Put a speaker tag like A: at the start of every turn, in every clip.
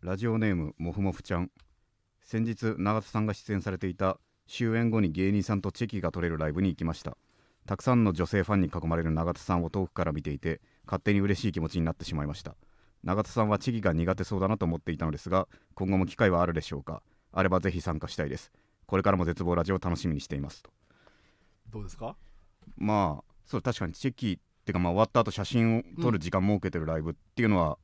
A: ラジオネームもふもふちゃん先日永田さんが出演されていた終演後に芸人さんとチェキが取れるライブに行きましたたくさんの女性ファンに囲まれる永田さんを遠くから見ていて勝手に嬉しい気持ちになってしまいました永田さんはチェキが苦手そうだなと思っていたのですが今後も機会はあるでしょうかあればぜひ参加したいですこれからも絶望ラジオを楽しみにしていますと
B: どうですか
A: まあそう確かにチェキっていうかまあ終わった後写真を撮る時間設けてるライブっていうのは、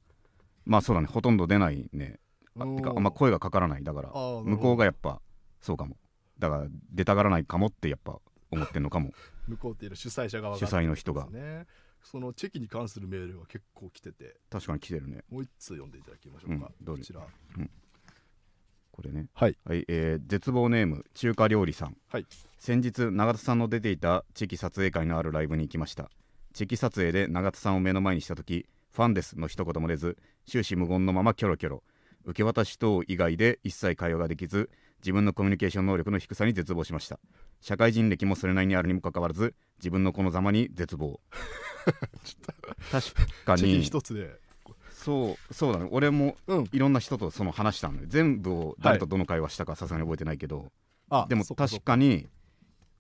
A: まあそうだねほとんど出ないねあてかあんま声がかからないだから
B: あーなるほど
A: 向こうがやっぱそうかもだから出たがらないかもってやっぱ思ってんの かも
B: 向こうっていうのは主催者側が
A: 主催の人が
B: ですねそのチェキに関するメールが結構来てて
A: 確かに来てるね
B: もう一通読んでいただきましょうか、
A: うんど
B: こ
A: れ
B: ちら
A: これね
B: はい
A: はいえー絶望ネーム中華料理さん
B: はい
A: 先日永田さんの出ていたチェキ撮影会のあるライブに行きましたチェキ撮影で永田さんを目の前にした時ファンですの一言も出ず終始無言のままキョロキョロ受け渡し等以外で一切会話ができず自分のコミュニケーション能力の低さに絶望しました社会人歴もそれなりにあるにもかかわらず自分のこのざまに絶 望確か
B: チェキ
A: に
B: 一つで
A: そうそうだね俺も
B: うん
A: いろんな人とその話したのよ全部を誰とどの会話したかさすがに覚えてないけど、
B: あ
A: でも
B: そっかそっ
A: 確かに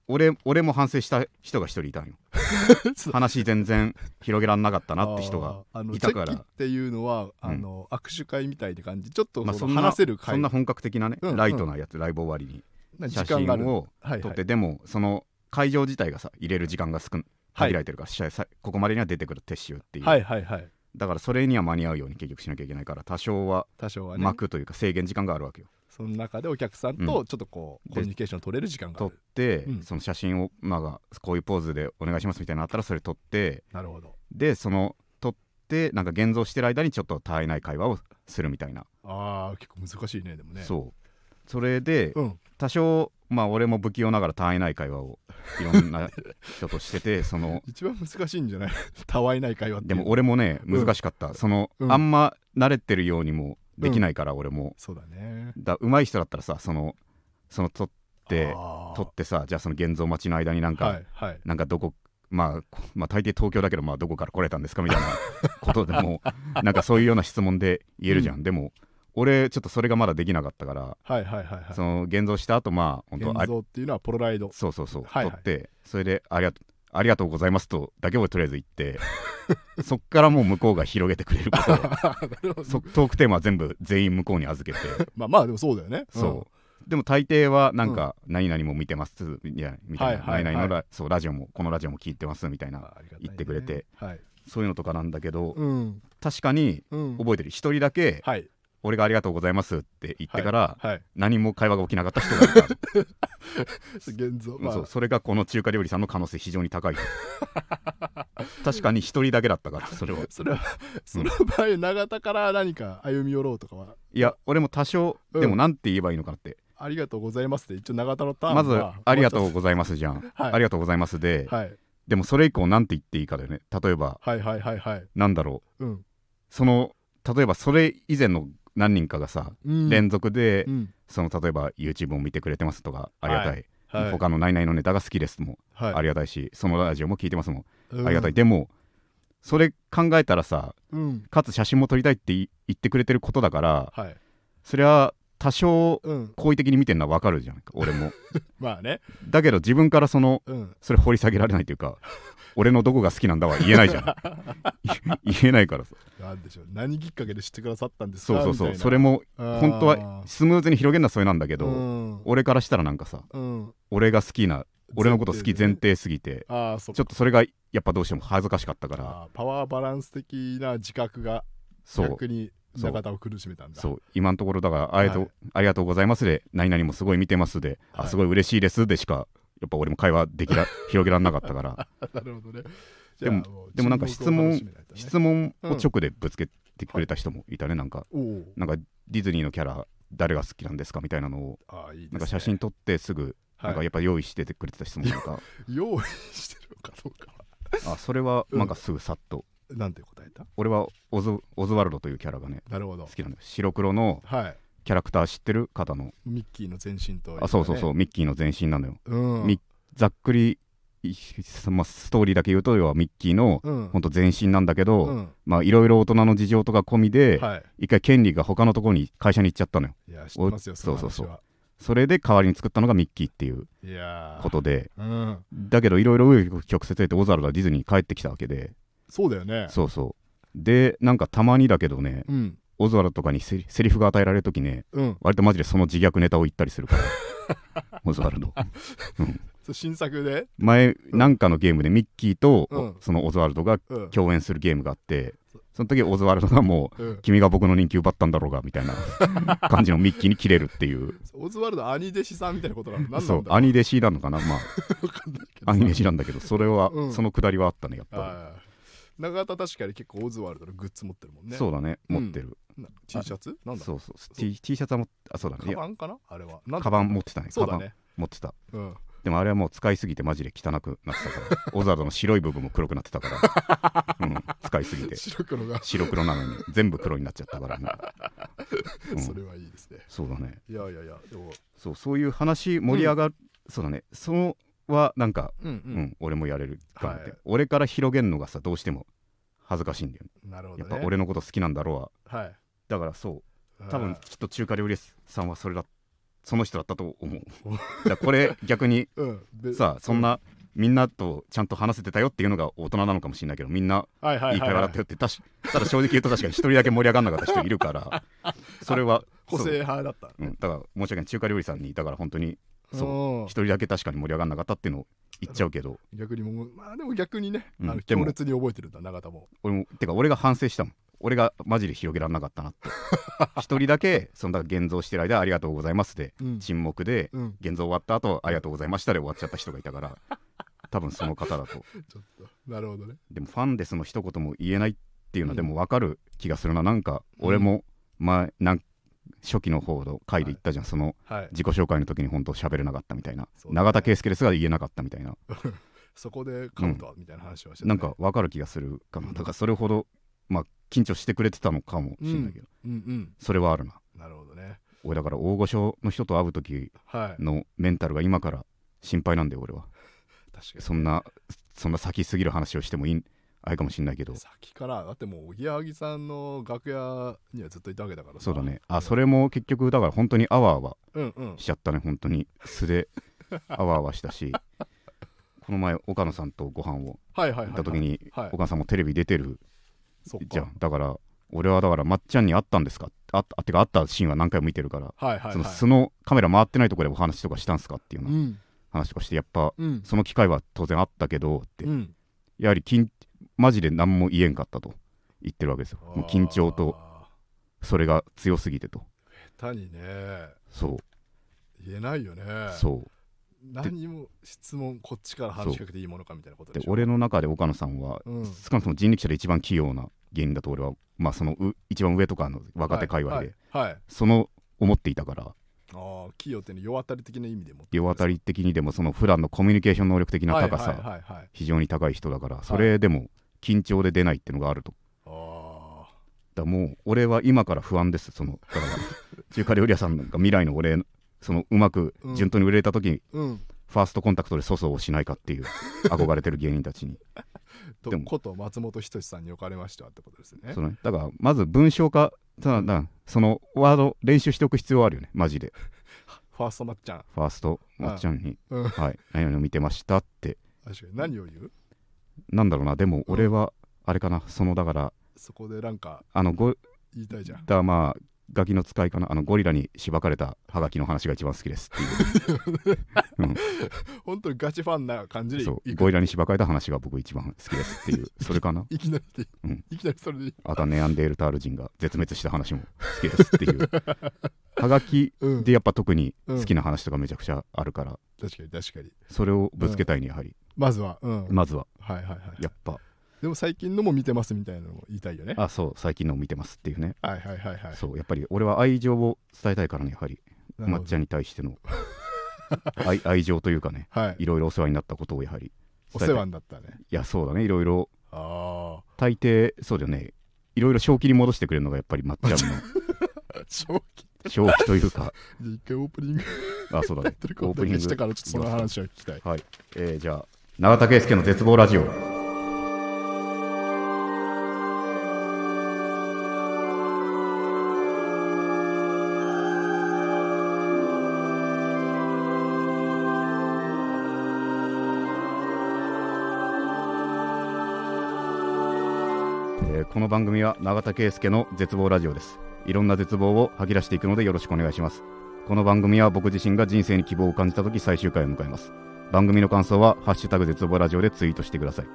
A: 俺俺も反省した人が一人いたんよ
B: そう
A: 話全然広げらんなかったなって人が
B: あーあの
A: いたから
B: チェキっていうのはあの、握手会みたいな感じちょっと
A: まあ
B: そ
A: そ
B: の
A: んな
B: 話せる
A: そ
B: 会
A: んな本格的なね、
B: うん
A: ライトなやつライブ終わりに
B: な
A: 写
B: 時間
A: 真
B: がある
A: を
B: はい
A: 撮
B: は
A: っ
B: い
A: てでもその会場自体がさ入れる時間が少ん
B: はい
A: 限られてるから、しゃさここまでには出てくる撤収っていう、
B: はいはいはい
A: だからそれには間に合うように結局しなきゃいけないから多少は
B: 多少はね、
A: 巻くというか制限時間があるわけよ。
B: その中でお客さん
A: うん
B: とちょっとこう、
A: で
B: コミュニケーション取れる時間が
A: 撮
B: あ
A: っ
B: る
A: て、
B: うん
A: その写真を、まあ、こういうポーズでお願いしますみたいなのあったらそれ撮って
B: なるほど
A: でその撮ってなんか現像してる間にちょっと絶えない会話をするみたいな、
B: あー結構難しいねでもね
A: そうそれで
B: うん
A: 多少まあ俺も不器用ながら絶えない会話をいろんな人として てその
B: 一番難しいんじゃない たわいない会話ってい
A: で
B: う
A: も俺もね
B: うん
A: 難しかった、その、
B: うん
A: あんま慣れてるようにもできないから俺も、
B: そうだね
A: だ上手い人だったらさそのその撮って
B: あー
A: 撮ってさじゃあその現像待ちの間になんか、
B: はいはい
A: なんかどこ、まあ、こまあ大抵東京だけど、まあ、どこから来れたんですかみたい なことでもなんかそういうような質問で言えるじゃん、
B: う
A: でも俺ちょっとそれがまだできなかったから、
B: はいはいはいはい
A: その現像した後まあ本当あ
B: 現像っていうのはポロライド
A: そうそうそう、
B: はいはい
A: 撮ってそれでありがとありがとうございますとだけをとりあえず言って そっからもう向こうが広げてくれることを そトークテーマは全部全員向こうに預けて
B: まあまあでもそうだよね
A: そう、でも大抵はなんか「何々も見てます」いやみたいな「
B: はいはいはい
A: 何々のラそうラジオもこのラジオも聞いてます」みたい
B: うん
A: な
B: まあありがたいね
A: 言ってくれて
B: はい
A: そういうのとかなんだけど、
B: うん
A: 確かに
B: うん
A: 覚えてる一人だけ
B: はい
A: 俺がありがとうございますって言ってから、
B: はい
A: 何も会話が起きなかった人がいた、
B: 現像 まあ
A: そうそれがこの中華料理さんの可能性非常に 高い確かに一人だけだったからそれは
B: それはその場合永田から何か歩み寄ろうとかはい
A: や俺も多少、
B: うん
A: でもなんて言えばいいのかなって
B: ありがとうございますって一応永田のターン
A: まず
B: は
A: 「ありがとうございます」じゃん「
B: はい
A: ありがとうございますで」
B: はい
A: でもそれ以降なんて言っていいかだよね例えば
B: はいはいはいはい
A: なんだろう
B: うん
A: その例えばそれ以前の何人かがさ、
B: うん
A: 連続で、
B: うん
A: その例えば YouTube を見てくれてますとかありがたい、
B: はい
A: 他のナイナイのネタが好きですも、
B: はい
A: ありがたいしそのラジオも聞いてますもん、
B: うん
A: ありがたいでもそれ考えたらさ
B: うん
A: かつ写真も撮りたいってい言ってくれてることだから
B: はい
A: それは多少
B: うん
A: 好意的に見てるのは分かるじゃん俺 も
B: まあね
A: だけど自分からその
B: うん
A: それ掘り下げられないというか俺のどこが好きなんだは言えないじゃ ん言えないからさ
B: なんでしょう何きっかけで知ってくださったんですか
A: そうそうそ
B: み
A: う
B: たいな
A: それも
B: あー
A: 本当はスムーズに広げるのはそれなんだけど、
B: うん
A: 俺からしたらなんかさ
B: うん
A: 俺が好きな俺のこと好き前
B: でね
A: 提すぎて
B: ああそっ
A: ちょっとそれがやっぱどうしても恥ずかしかったから
B: かパワーバランス的な自覚が
A: そう
B: 逆に
A: そう
B: 中田を苦しめたんだ
A: そう今のところだからありがとう、
B: はい
A: ありがとうございますで何々もすごい見てますで、
B: はい
A: あすごい嬉しいですでしかやっぱ俺も会話で きら広げられなかったから
B: なるほどね
A: でも
B: じゃあう
A: でもなんか質問
B: 沈黙を楽しめないとね
A: 質問を直でぶつけてくれた人もいたねなんか
B: おお
A: なんかディズニーのキャラ誰が好きなんですかみたいなのを
B: ああいいですね
A: なんか写真撮ってすぐなんか
B: はい
A: やっぱ用意しててくれてた質問とか、
B: 用意してるのかどうか
A: あそれはなんかすぐさっと、
B: なんて答えた
A: 俺はオズオズワルドというキャラがね
B: なるほど
A: 好きなんです白黒の
B: はい
A: キャラクター知ってる方の
B: ミッキーの全身というかね
A: あそうそうそうミッキーの前身なのよ
B: うん
A: ミざっくりいまあ、ストーリーだけ言うと要はミッキーの
B: うん
A: 本当全身なんだけど、
B: うん
A: まあいろいろ大人の事情とか込みで、
B: はい
A: 一回権利が他のところに会社に行っちゃったのよ
B: いや知ってますよ
A: お
B: その話
A: そ
B: は
A: うそうそれで代わりに作ったのがミッキーっていう
B: いやー
A: ことで
B: うん
A: だけどいろいろ紆余曲折経てオザルがディズニーに帰ってきたわけで
B: そうだよね
A: そうそうでなんかたまにだけどね
B: うん
A: オズワルドとかにセリセリフが与えられるときね
B: うん
A: 割とマジでその自虐ネタを言ったりするから オズワルド
B: そう新作で
A: 前
B: うん
A: なんかのゲームでミッキーと、
B: うん
A: そのオズワルドが
B: うん
A: 共演するゲームがあってその時オズワルドがもう
B: うん
A: 君が僕の人気奪ったんだろうがみたいな 感じのミッキーに切れるっていう
B: オズワルド兄弟子さんみたいなことなの何な
A: そうん
B: だ
A: 兄弟子なのかな ま
B: 分かんないけ
A: あ
B: どさ
A: 兄弟子なんだけどそれは、
B: うん
A: そのくだりはあったねやっぱ
B: はい永田確かに結構オズワルドのグッズ持ってるもん
A: り、
B: ね
A: そううだね持ってる、
B: T シャツなんだ
A: そうそう T, T シャツはもあそうだねい
B: カ
A: や
B: バンかなあれはなんだ
A: カバン持ってたね
B: そう
A: カバ
B: だ
A: ン
B: ね
A: 持ってた
B: うん
A: でもあれはもう使いすぎてマジで汚くなってたから オザードの白い部分も黒くなってたから、うん、使いすぎて
B: 白黒が
A: 白黒なのに全部黒になっちゃったからね、 うん
B: それはいいですね
A: そうだね
B: いやいやいやでも
A: そうそういう話盛り上がる、そうだねそのはなんか、
B: うん
A: うん俺もやれるかなって、
B: はい
A: 俺から広げんのがさどうしても恥ずかしいんだよね
B: なるほど
A: やっ
B: ね
A: ぱ俺のこと好きなんだろうは
B: はい
A: だからそう多分
B: あ
A: きっと中華料理屋さんはそれだその人だったと思うだからこれ逆に
B: ー うんで
A: さそんなみんなとちゃんと話せてたよっていうのが大人なのかもしれないけどみんな
B: はいは
A: い
B: いい
A: い会話だった
B: よ
A: よってたしただ正直言うと確かに一人だけ盛り上がんなかった人いるからそれは
B: 個性派だった
A: そう、うん、だから申し訳ない中華料理さんにだから本当にそう
B: そ
A: 一人だけ確かに盛り上がんなかったっていうのを言っちゃうけど
B: う逆にもうまあでも逆にね
A: うん
B: あの
A: でも
B: 強烈に覚えてるんだ永田も
A: 俺もてか俺が反省したもん俺がマジで広げられなかったなって 一人だけそのだから現像してる間ありがとうございますで
B: うん
A: 沈黙で
B: うん
A: 現像終わった後ありがとうございましたで終わっちゃった人がいたから多分その方だと
B: ちょっとなるほどね
A: でもファンですの一言も言えないっていうのは
B: うん
A: でも分かる気がするな、なんか俺も前なん初期の方の回で言ったじゃん、その
B: はい
A: 自己紹介の時に本当喋れなかったみたいな、
B: そうだね
A: 永田圭介ですが言えなかったみたいな
B: そこでカウントはみたいな話をしてたね
A: なんか分かる気がするかなだからそれほどまあ緊張してくれてたのかもしれないけど、
B: うん
A: それはあるな
B: うんなるほどね
A: 俺だから大御所の人と会う時
B: はい
A: のメンタルが今から心配なんだよ俺は
B: 確かに
A: そんなそんな先すぎる話をしてもいいあれかもしれないけど
B: 先からだってもうおぎやはぎさんの楽屋にはずっといたわけだからさ
A: そうだねあそれも結局だから本当にあわあわ
B: うんうん
A: しちゃったね本当に素であわあわしたしこの前岡野さんとご飯を
B: はいはいはい
A: 行
B: は
A: っ
B: い
A: た時に
B: はい
A: 岡野さんもテレビ出てる
B: そっか
A: じゃんだから俺はだからまっちゃんに会ったんですかああてか会ったシーンは何回も見てるから
B: はいはい
A: その
B: はい
A: 素のカメラ回ってないところでお話とかしたんすかっていうよう
B: う
A: なん話とかしてやっぱ
B: うん
A: その機会は当然あったけどって
B: うん
A: やはり緊マジで何も言えんかったと言ってるわけですよもう緊張と
B: あ
A: それが強すぎてと
B: ー下手にね
A: そう
B: 言えないよね
A: そう
B: 何も質問こっちから話しかけていいものかみたいなこと
A: で
B: でしょ
A: 俺の中で岡野さんは、
B: うん
A: 少なくとも人力車で一番器用な芸人だと俺はまあそのう一番上とかの若手界隈で、
B: はいはいはい
A: その思っていたから
B: ああー器用ってね世渡り的な意味でも
A: 両当たり的にでもその普段のコミュニケーション能力的な高さ、
B: はいはいはいはい
A: 非常に高い人だからそれでも緊張で出ないっていうのがあると。
B: あ
A: だからもう俺は今から不安ですその だから中華料理屋さんが未来の俺そのうまく
B: うん
A: 順当に売れた時に、
B: あうん
A: ファーストコンタクトで粗相をしないかっていう 憧れてる芸人たちに
B: と
A: でも
B: こと松本人志さんにおかれましてはってことですね
A: そのねだからまず文章化ただなそのワード練習しておく必要あるよねマジで
B: ファーストまっちゃん
A: ファースト
B: はい
A: まっちゃんに「
B: うん
A: はい何々見てました」って
B: 確かに何を言う
A: なんだろうなでも俺はあれかなそのだから
B: そこでなんか
A: あのゴ
B: 言いたいじゃん
A: だまあガキの使いかなあのゴリラにしばかれたハガキの話が一番好きですっていう
B: 本当にガチファンな感じでい
A: そう
B: い
A: ゴリラにしばかれた話が僕一番好きです っていうそれかない
B: きなりでいい、
A: うん
B: いきなりそれでいい、
A: あとはネアンデールタール人が絶滅した話も好きですっていうハガキ
B: うん、
A: でやっぱ特に好きな話とかめちゃくちゃあるから
B: 確かに確かに
A: それをぶつけたいねやはり
B: まずは、うん
A: まずは
B: はいはいはい
A: やっぱ
B: でも最近のも見てますみたいなのも言いたいよね
A: あそう最近のを見てますっていうね、
B: はいはいはいはい
A: そうやっぱり俺は愛情を伝えたいからねやはり
B: なる
A: 抹
B: ほど
A: 茶に対して の愛愛情というかね
B: はい
A: いろいろお世話になったことをやはり
B: お
A: 伝え
B: 世
A: たい
B: 話になったね
A: いやそうだねいろいろ
B: ああ
A: 大抵そうだよねいろいろ正気に戻してくれるのがやっぱり抹茶の
B: 正気
A: 正気という か
B: で一回オープニング
A: あそうだね
B: とる
A: オー
B: こ
A: プ
B: と
A: ニン
B: にして
A: グ、
B: からちょっとその話を聞きたい
A: えーじゃあ永田圭介の絶望ラジオえーこの番組は永田圭介の絶望ラジオですいろんな絶望を吐き出していくのでよろしくお願いしますこの番組は僕自身が人生に希望を感じた時最終回を迎えます番組の感想は「ハッシュタグ絶望ラジオ」でツイートしてください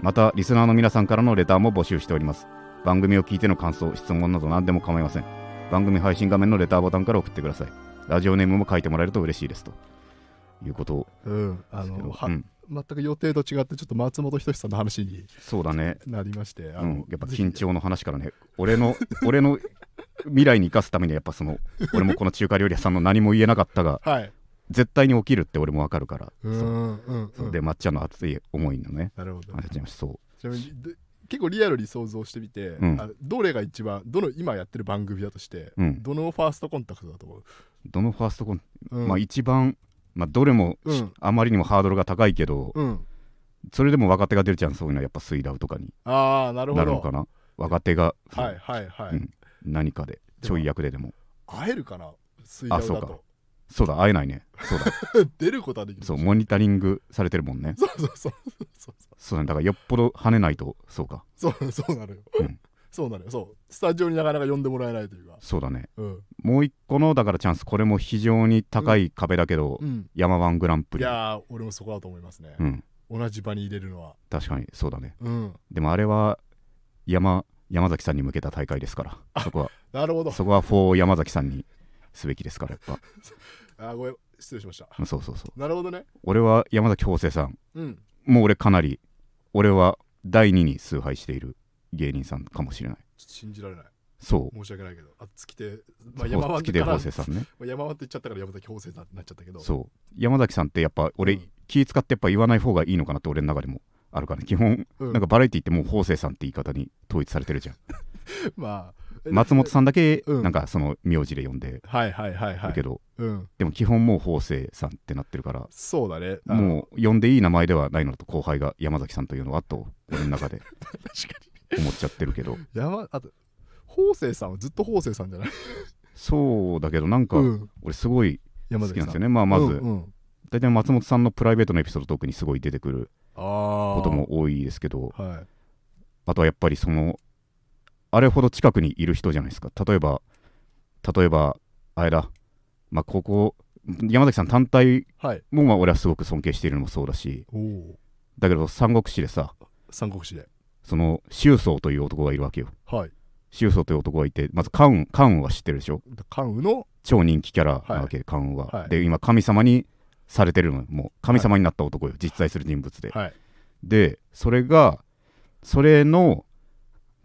A: またリスナーの皆さんからのレターも募集しております番組を聞いての感想質問など何でも構いません番組配信画面のレターボタンから送ってくださいラジオネームも書いてもらえると嬉しいですということ
B: うん、あ
A: ですけど
B: のは
A: うん
B: 全く予定と違ってちょっと松本人志さんの話に
A: そうだね
B: なりましてあ
A: う
B: の、
A: ん、やっぱ
B: ぜひ
A: 緊張の話からね俺の 俺の未来に生かすためにはやっぱその俺もこの中華料理屋さんの何も言えなかったが
B: はい
A: 絶対に起きるって俺もわかるから
B: うー
A: そうん
B: うん
A: そううんで抹茶の熱い思いのね
B: なるほど
A: 話になりましたそう
B: ちなみにで結構リアルに想像してみて、
A: うん
B: あどれが一番どの今やってる番組だとして、
A: うん
B: どのファーストコンタクトだと思う、
A: どのファーストコン、
B: うん、
A: まあ一番まあどれも、
B: うん
A: あまりにもハードルが高いけど、
B: うん、
A: それでも若手が出るじゃんそういうのはやっぱスイラウとかに
B: ああなるほ
A: な
B: ど
A: るのかな若手が、
B: はいはいはい、
A: うん何かでちょい役ででも
B: 会えるかな水曜だ
A: あそうか
B: と
A: そうだ会えないねそうだ
B: 出ることはできる
A: そうモニタリングされてるもんね
B: そうそうそうそう
A: そうだねだからよっぽど跳ねないとそうか
B: そうそうなのよ、
A: うん
B: そうなのよそうスタジオになかなか呼んでもらえないというか
A: そうだね
B: うん、
A: もう一個のだからチャンスこれも非常に高い壁だけど、
B: うん、
A: ヤマバングランプ
B: い
A: リ
B: やー俺もそこだと思いますね
A: う、ん
B: 同じ場に入れるのは
A: 確かにそうだね
B: うん
A: でもあれは山山崎さんに向けた大会ですからそこ
B: なるほど
A: はそこはフォー山崎さんにすべきですからやっぱ
B: あーごめん失礼しました
A: うんそうそうそう
B: なるほどね
A: 俺は山崎邦生さん
B: うん
A: もう俺かなり俺は第2に崇拝している芸人さんかもしれない
B: ちょっと信じられない
A: そう
B: 申し訳ないけどあ月手、まあ、山
A: 好
B: 脇
A: き
B: か
A: で
B: ら
A: 邦生さんね
B: まあ山脇って言っちゃったから山崎法政さんってなっちゃったけど
A: そう山崎さんってやっぱ俺、
B: うん
A: 気使ってやっぱ言わない方がいいのかなって俺の中でもあるからね基本
B: う、ん、
A: なんかバラエティってもう方正さんって言い方に統一されてるじゃん
B: まあえ
A: 松本さんだけ
B: うん
A: なんかその名字で呼んで
B: はいはいはいは
A: る
B: い
A: けど、
B: うん
A: でも基本もう方正さんってなってるから
B: そうだねあの
A: もう呼んでいい名前ではないのだと後輩が山崎さんというのはと俺の中で
B: 確か
A: 思っちゃってるけど
B: に山あと法政さんはずっと法政さんじゃない
A: そうだけどなんか
B: うん
A: 俺すごい
B: 山
A: 好きな
B: 崎
A: ん
B: さん
A: ですよねまあまず、
B: うんうん
A: 大体松本さんのプライベートのエピソードトークにすごい出てくる
B: ああ
A: ことも多いですけど
B: はい
A: あとはやっぱりそのあれほど近くにいる人じゃないですか例えば例えばあれだまあここ山崎さん単体
B: はい
A: もまあ俺はすごく尊敬しているのもそうだし
B: おお
A: だけど三国志でさ
B: 三国志で
A: その周宗という男がいるわけよ
B: はい
A: 周宗という男がいてまず関羽関羽は知ってるでしょ
B: 関羽の
A: 超人気キャラなわけで関羽は、
B: はい
A: で今神様にされてるのよもう神様になった男よ、実在する人物で、
B: はい
A: でそれがそれの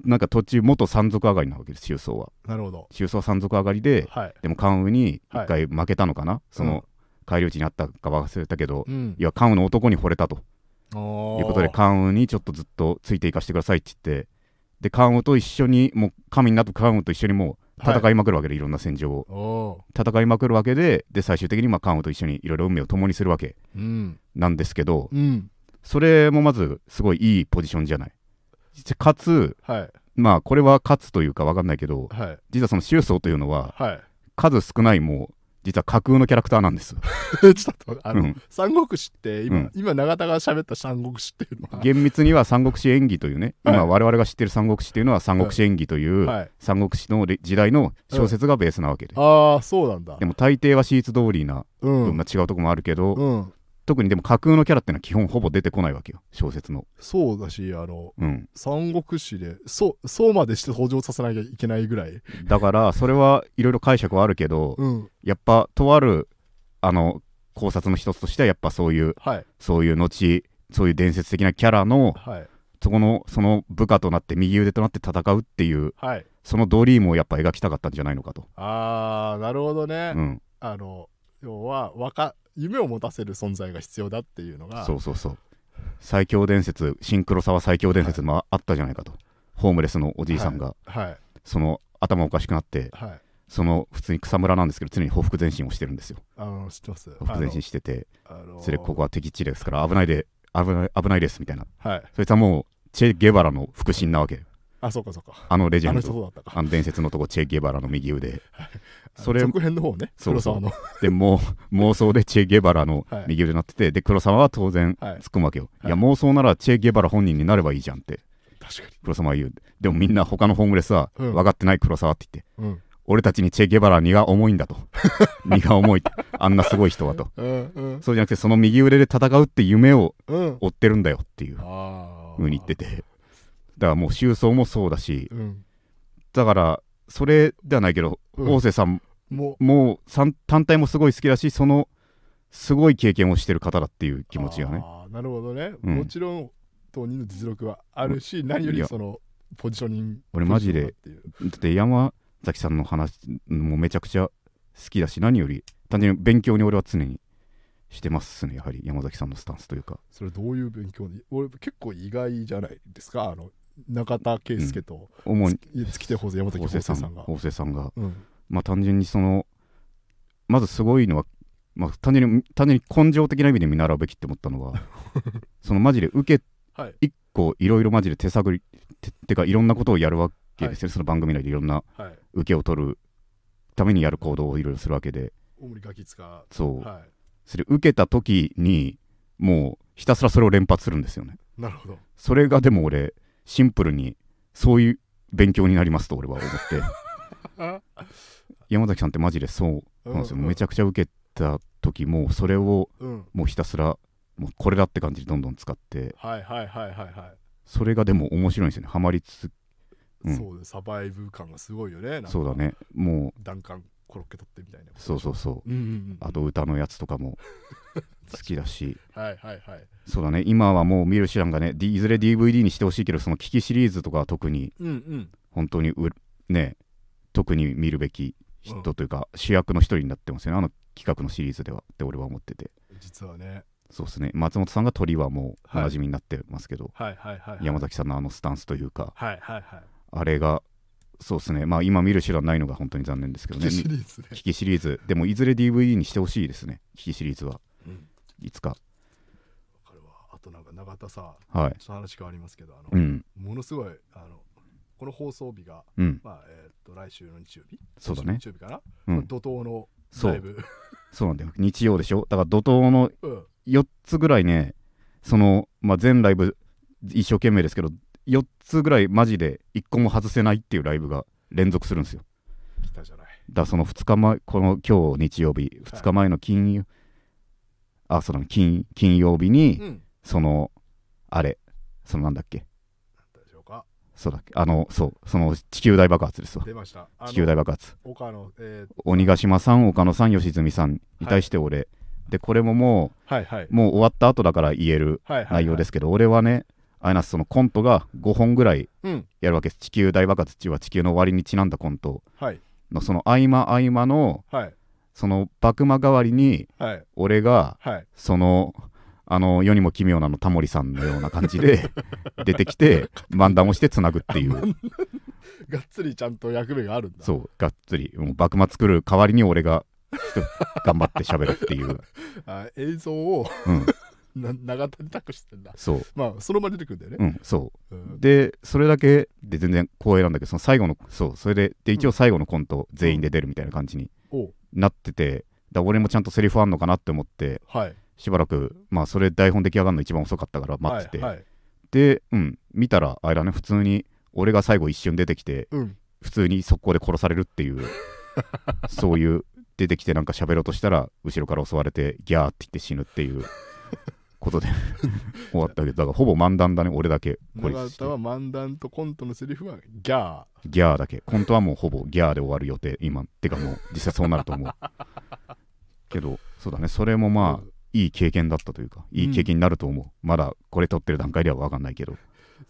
A: なんか途中元山賊上がりなわけです周宗は
B: なるほど
A: 周宗は山賊上がりで
B: はい
A: でも関羽に
B: はい
A: 一回負けたのかな、その返り討ちにあったか忘れたけど、
B: うん
A: いや関羽の男に惚れたと
B: と
A: いうことで関羽にちょっとずっとついていかせてくださいって言ってで関羽と一緒にもう神になった関羽と一緒にもう戦いまくるわけで、い、ろんな戦場を
B: おお
A: 戦いまくるわけでで最終的にまあ関羽と一緒にいろいろ運命を共にするわけ
B: ーうん
A: なんですけど
B: うん
A: それもまずすごいいいポジションじゃないかつ
B: はい
A: まあこれは勝つというか分かんないけど
B: はい
A: 実はその周宗というのは
B: はい
A: 数少ないもう実は架空のキャラクターなんです、
B: えちょっと待ってあ
A: う
B: の、
A: ん、
B: 三国志って今、
A: うん
B: 今永田が喋った三国志っていうのは、
A: 厳密には三国志演義というね
B: は
A: 今
B: い
A: 我々が知ってる三国志というのは三国志演義という
B: はい、
A: 三国志のれ時代の小説がベースなわけで
B: ああそうなんだ
A: でも大抵は史実通りな
B: う
A: 部
B: ん、う
A: 分が違うとこもあるけど
B: ん、
A: 特にでも架空のキャラっていうのは基本ほぼ出てこないわけよ小説の
B: そうだしあの
A: うん
B: 三国志でそうそうまでして登場させなきゃいけないぐらい、
A: だからそれはいろいろ解釈はあるけど
B: うん、
A: やっぱとあるあの考察の一つとしてはやっぱそういう
B: はい
A: そういう後そういう伝説的なキャラの
B: はい
A: そこのその部下となって右腕となって戦うっていう
B: はい
A: そのドリームをやっぱ描きたかったんじゃないのかと、
B: ああなるほどね、
A: うん、
B: あの要は若夢を持たせる存在が必要だっていうのが
A: そうそうそう最強伝説シンクロ沢最強伝説もあったじゃないかと、ホームレスのおじいさんが、
B: はい
A: その頭おかしくなって
B: はい
A: その普通に草むらなんですけど常に報復前進をしてるんですよ
B: あの知ってます
A: 報復前進してて
B: あのあの
A: それここは敵地ですから危ないで危ない危ないですみたいな
B: はい
A: そいつはもうチェ・ゲバラの腹心なわけ
B: あそうかそうか
A: あのレジェ
B: あ
A: ン
B: の人
A: ド
B: そうだったか
A: あの伝説のとこチェ・ゲバラの右 腕それ
B: 続編の方ね
A: そう
B: 黒沢の
A: でもう妄想でチェ・ゲバラの
B: はい
A: 右腕になっててで黒沢は当然
B: はい
A: 突っ込むわけよ、い、
B: は
A: や
B: い
A: 妄想ならチェ・ゲバラ本人になればいいじゃんって
B: 確か
A: 黒沢は言うでもみんな他のホームレスは
B: うん
A: 分かってない黒沢って言って、
B: にうん
A: 俺たちにチェ・ゲバラは荷が重いん だと荷が重いってあんなすごい人はと
B: うんうん
A: そうじゃなくてその右腕で戦うって夢を
B: うん
A: 追ってるんだよっていう
B: ああ
A: 風に言っててだからもう周走もそうだし
B: うん
A: だからそれではないけど、
B: うん
A: 大瀬さん
B: もう
A: もうさん単体もすごい好きだしそのすごい経験をしてる方だっていう気持ちがね
B: あーなるほどね、
A: うん
B: もちろん当人の実力はあるし、何よ
A: い
B: り
A: や
B: そのポジショニング
A: 俺マジで
B: ポジションだっていう
A: だって山崎さんの話もめちゃくちゃ好きだし何より単純に勉強に俺は常にしてますねやはり山崎さんのスタンスというか
B: それどういう勉強に俺結構意外じゃないですかあの中田圭介と
A: 主に
B: 月手法勢山崎
A: 大
B: 法
A: 瀬
B: 勢
A: さ
B: さ
A: ん
B: んが、
A: 大瀬さんが
B: うん、
A: まあ単純にそのまずすごいのは、まあ、単純に単純に根性的な意味で見習うべきって思ったのはそのマジで受け
B: はい
A: 一個いろいろマジで手探りててかいろんなことをやるわけですよ、その番組内でいろんな
B: はい
A: 受けを取るためにやる行動をいろいろするわけで
B: 大森ガキツカ
A: そう、
B: は
A: それ受けた時にもうひたすらそれを連発するんですよね
B: いな るほど
A: それがでも俺シンプルにそういう勉強になりますと俺は思って
B: あ
A: 山崎さんってマジでそうなんですよ、めち
B: ゃ
A: ゃくちゃ受けた時もそれを
B: うん
A: もうひたすらもうこれだって感じでどんどん使って
B: はいはいはいはいは
A: それがでも面白いんですよねハマりつ
B: い、
A: うん
B: そうでサバイブ感がすごいよねなんか
A: そうだねも
B: 弾丸コロッケ取ってみたいな
A: うそうそうそう
B: うんうん
A: あと歌のやつとかも好きだし
B: うんはいはいはい
A: そうだね今はもう見る手段がね D いずれ DVD にしてほしいけどその機器シリーズとかは特に
B: うんうん
A: 本当にうね特に見るべき人というか、主役の一人になってますよねあの企画のシリーズではって俺は思ってて
B: 実はね
A: そうですね松本さんが鳥はもう
B: は
A: お
B: い
A: なじみになってますけど、
B: はいはいはいはい
A: 山崎さんのあのスタンスというか
B: はいはいはい
A: あれがそうですねまあ今見る手段ないのが本当に残念ですけどね
B: シリーズね
A: 危機シリーズでもいずれ DVD にしてほしいですね危機シリーズは
B: うん
A: いつか
B: わかるわあとなんか永田さ
A: はい
B: ちょっと話変わりますけどあの、
A: うん
B: ものすごいあのこの放送日が
A: うん
B: まあえーっと来週の日曜日
A: そうだね
B: 来週の日曜日かな、
A: うん
B: 怒涛の
A: そ
B: ライ
A: う
B: ブ
A: そうなんだよ日曜でしょだから怒涛の
B: うん
A: 4つぐらいねその、まあ、全ライブ一生懸命ですけど4つぐらいマジで1個も外せないっていうライブが連続するんですよ
B: 来たじゃない
A: だからその2日前この今日日曜日2日前の金曜、あそうだね金金曜日に、
B: うん
A: そのあれそのなんだっけ
B: だったでしょうか
A: そうだっけあのそうその地球大爆発ですわ
B: 出ましたあ
A: 地球
B: の
A: 大爆発
B: 岡野えー
A: 鬼ヶ島さん岡野さん良純さんに対して俺、でこれもも
B: はいはい。
A: うもう終わった後だから言える
B: はいはい、。
A: 内容ですすけど、俺はねあれなんですそのコントが5本ぐらい
B: うん。
A: やるわけです地球大爆発中は地球の終わりにちなんだコント
B: はい。
A: のその合間合間の
B: はい。
A: その幕間代わりに
B: はい。
A: 俺が
B: はい。
A: そのあの世にも奇妙なのタモリさんのような感じ で出てきて漫談をしてつなぐっていう
B: がっつりちゃんと役目があるんだ。
A: そうがっつりもう幕末作る代わりに俺がちょっと頑張って喋るっていう、
B: あ映像を
A: うん、
B: な長田に託してんだ。
A: そう、
B: まあ、その場で出てくるんだよ
A: う
B: ね。
A: ん、そう
B: うん
A: でそれだけで全然光栄なんだけどその最後のそうそれでで一応最後のコント全員で出るみたいな感じに
B: おう
A: なっててだ俺もちゃんとセリフあんのかなって思って
B: はい。
A: しばらくまあそれ台本出来上がるの一番遅かったから待ってて、
B: はい。はい
A: でうん見たらあれだね普通に俺が最後一瞬出てきて
B: うん。
A: 普通に速攻で殺されるっていうそういう出てきてなんか喋ろうとしたら後ろから襲われてギャーって言って死ぬっていうことで終わったけどだからほぼ漫談だね俺だけ孤立
B: 長
A: して
B: 田は漫談とコントのセリフはギャー。
A: ギャーだけ。コントはもうほぼギャーで終わる予定、今。てかもう、実際そうなると思う。けど、そうだね、それもまあ、いい経験だったというか、いい経験になると思う。まだこれ撮ってる段階では分かんないけど。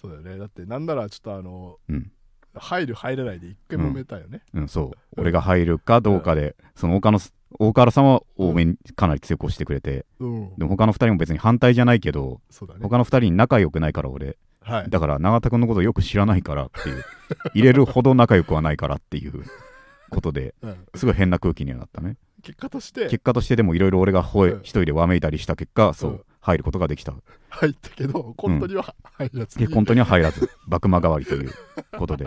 B: そうだよね。だって、なんならちょっとあの、
A: うん
B: 入る入れないで一回揉めたよね。
A: うん、そう。俺が入るかどうかで、その岡野す、大河原さんは多めにかなり強く押してくれて、
B: うん。
A: でも他の2人も別に反対じゃないけど、
B: そうだね。
A: 他の2人に仲良くないから俺、
B: はい。
A: だから永田君のことよく知らないからっていう、入れるほど仲良くはないからっていうことで
B: うん
A: すごい変な空気にはなったね。
B: 結果として、
A: 結果としてでもいろいろ俺が吠え
B: うん
A: 一人でわめいたりした結果そう、
B: うん
A: 入ることができた
B: 入ったけどコントには 入らず
A: で
B: に、
A: コントには入らず幕間代わりということ で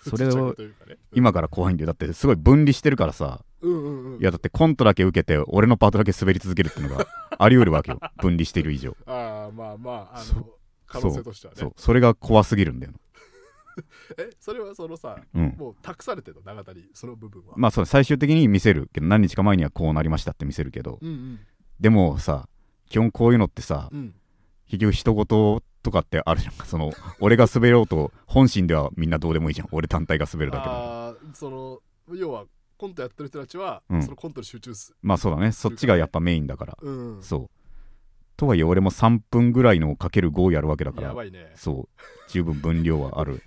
A: それ
B: ちっちゃく
A: を
B: というかね
A: 今から怖いんだよだってすごい分離してるからさ
B: うんうんうん
A: いやだってコントだけ受けて俺のパートだけ滑り続けるっていうのがあり得るわけよ分離している以上
B: ああまあまああの
A: そ
B: 可能性としてはね
A: そうそれが怖すぎるんだよ
B: えそれはそのさ
A: なうん
B: もう託されてるの永田にその部分は、
A: まあそう最終的に見せるけど何日か前にはこうなりましたって見せるけど
B: うんうん
A: でもさ基本こういうのってさ
B: うん
A: 結局人事とかってあるじゃん その俺が滑ろうと本心ではみんなどうでもいいじゃん俺単体が滑るだけだ
B: あーその要はコントやってる人たちは、
A: うん
B: そのコントに集中す
A: まあそうだねそっちがやっぱメインだから
B: うん
A: そうとはいえ俺も3分ぐらいのをかける5やるわけだか
B: や
A: ら
B: ばいね
A: そう十分分量はある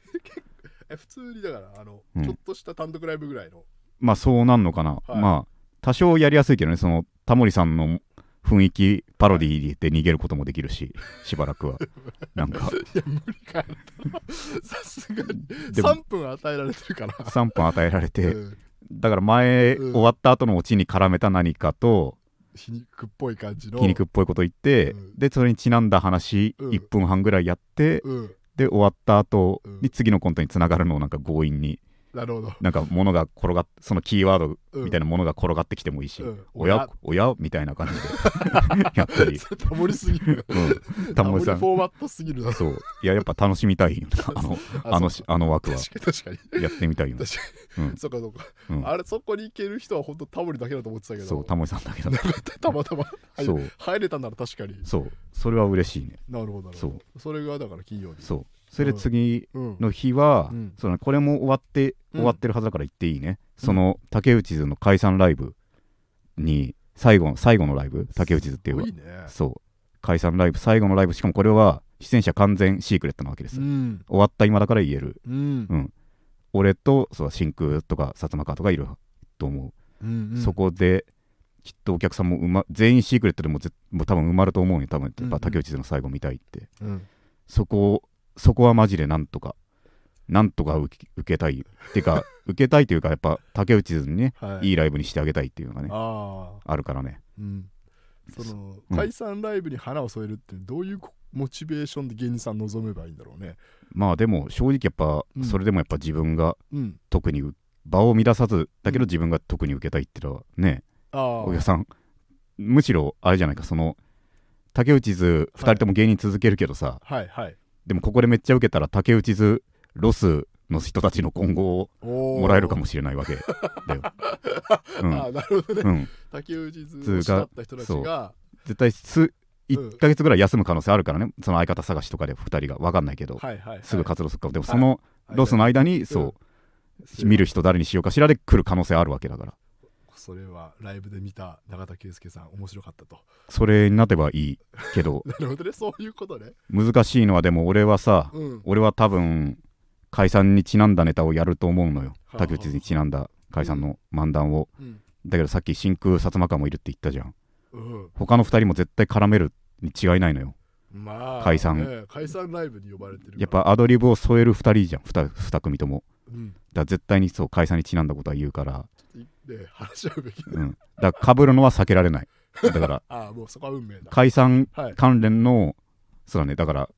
B: え普通にだからあの、
A: うん
B: ちょっとした単独ライブぐらいの
A: まあそうなんのかな、
B: い
A: まあ多少やりやすいけどねそのタモリさんの雰囲気パロディで逃げることもできるししばらくはなんか
B: いや無理かよさすがに
A: でも
B: 3分与えられてるから
A: 3分与えられて
B: うん
A: だから前、
B: うん
A: 終わった後のオチに絡めた何かと
B: 皮肉っぽい感じの
A: 皮肉っぽいこと言って、
B: うん
A: でそれにちなんだ話
B: うん
A: 1分半ぐらいやって、
B: うん
A: で終わった後
B: うん
A: に次のコントにつながるのをなんか強引に
B: なるほど
A: なんか物が転がっそのキーワードみたいな
B: な、
A: ものが転がってきてもいいし、
B: うん
A: おやおやみたいな感じで やったり、
B: それ タモリすぎる
A: うん、タモリさん
B: フォーマットすぎるな
A: そういややっぱ楽しみたいよなあのあの
B: そうか
A: あの枠は
B: 確かに確かに
A: やってみたいよね
B: 確か
A: う
B: にそうかそうか、
A: うん
B: あれそこに行ける人は本当タモリだけだと思ってたけど
A: そうタモリさんだけだ
B: なかったたまたま入
A: そ
B: れ
A: う
B: 入れたなら確かに
A: そうそれは嬉しいね
B: なるほどなるほどそれがだから金曜日
A: そうそれで次
B: うん
A: の日は、
B: うん
A: そのこれも終わって、
B: うん
A: 終わってるはずだから言っていいね、その竹内図の解散ライブに最後の最後のライブ竹内図っていうのはい
B: いね
A: そう解散ライブ最後のライブしかもこれは出演者完全シークレットなわけです、
B: うん
A: 終わった今だから言える
B: うん
A: 俺とそう真空とか薩摩川とかいると思
B: うん
A: う、
B: うん
A: そこできっとお客さんも、ま、全員シークレットでもぜもう多分埋まると思うよ多分やっ
B: うんう
A: ぱ
B: ん
A: 竹内図の最後見たいって、
B: うん
A: そこをそこはマジでなんとかなんとか受け受けたいっていう か受けたいというかやっぱ竹内図にね
B: はい
A: いいライブにしてあげたいっていうのがねあ
B: ああ
A: るからね
B: うんその
A: うん
B: 解散ライブに花を添えるってどういうこモチベーションで芸人さん望めばいいんだろうね
A: まあでも正直やっぱ
B: うん
A: それでもやっぱ自分が
B: うん
A: 特に場を乱さずだけど
B: うん
A: 自分が特に受けたいっていうのはね
B: ああ
A: お客さんむしろあれじゃないかその竹内図2人
B: はい
A: とも芸人続けるけどさ、
B: はいはい
A: でもここでめっちゃ受けたら竹内図ロスの人たちの今後を
B: おー
A: もらえるかもしれないわけだ よ。うん
B: ああなるほどね
A: うん、
B: 竹内図を慕った人たちが
A: 絶対す
B: うん
A: 1ヶ月ぐらい休む可能性あるからね、その相方探しとかで2人が分かんないけど、
B: はいはいはい
A: すぐ活動するかもでも
B: はい
A: そのロスの間に、
B: ん
A: そう、
B: はい
A: 見る人誰にしようかしらで来る可能性あるわけだから
B: それはライブで見た永田圭介さん面白かったと
A: それになればいいけど
B: なるほどねそういうことね
A: 難しいのはでも俺はさ、
B: うん
A: 俺は多分解散にちなんだネタをやると思うのよ
B: はあ
A: 竹内にちなんだ解散の漫談を、
B: うん
A: だけどさっき真空薩摩川もいるって言ったじゃん
B: うん
A: 他の2人も絶対絡めるに違いないのよ
B: まあ
A: 解散
B: ね解散ライブに呼ばれてるから
A: やっぱアドリブを添える2人じゃん 2, 2組とも
B: うん
A: だから絶対にそう解散にちなんだことは言うから、
B: で話し合うべき
A: うん、だから被るのは避けられないだから
B: ああもうそこは運命だ
A: 解散
B: はい
A: 関連のそうだねだから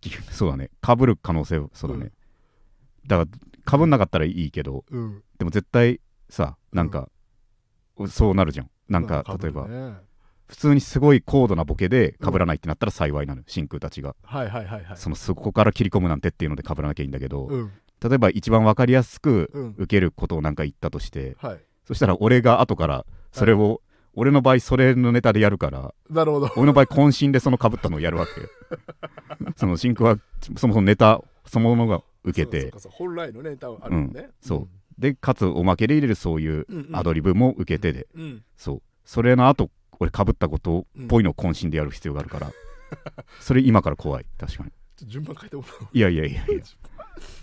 A: ぎそうだね被る可能性そうだね、だから被んなかったらいいけど
B: うん
A: でも絶対さなんか、そうなるじゃんなんか、
B: まあ
A: 例えば、
B: 被るね
A: 普通にすごい高度なボケで被らないってなったら幸いなのよ真空たちが、
B: はいはいはいはい
A: そのそこから切り込むなんてっていうので被らなきゃいいんだけど、
B: うん
A: 例えば一番分かりやすく
B: うん
A: 受けることをなんか言ったとして、
B: はい
A: そしたら俺が後からそれを、俺の場合それのネタでやるから
B: なるほど
A: 俺の場合渾身でそのかぶったのをやるわけ その真空はそもそもネタそのものが受け
B: そ
A: て
B: うかそうか本来のね多分あるもんね
A: そうでかつおまけで入れるそういう
B: うんうん
A: アドリブも受けてで、
B: うん
A: そうそれの後俺かぶったことっぽいのを渾身でやる必要がある から、それ今から怖い確かに
B: ちょっと順番変えてもら
A: いやいやいやいや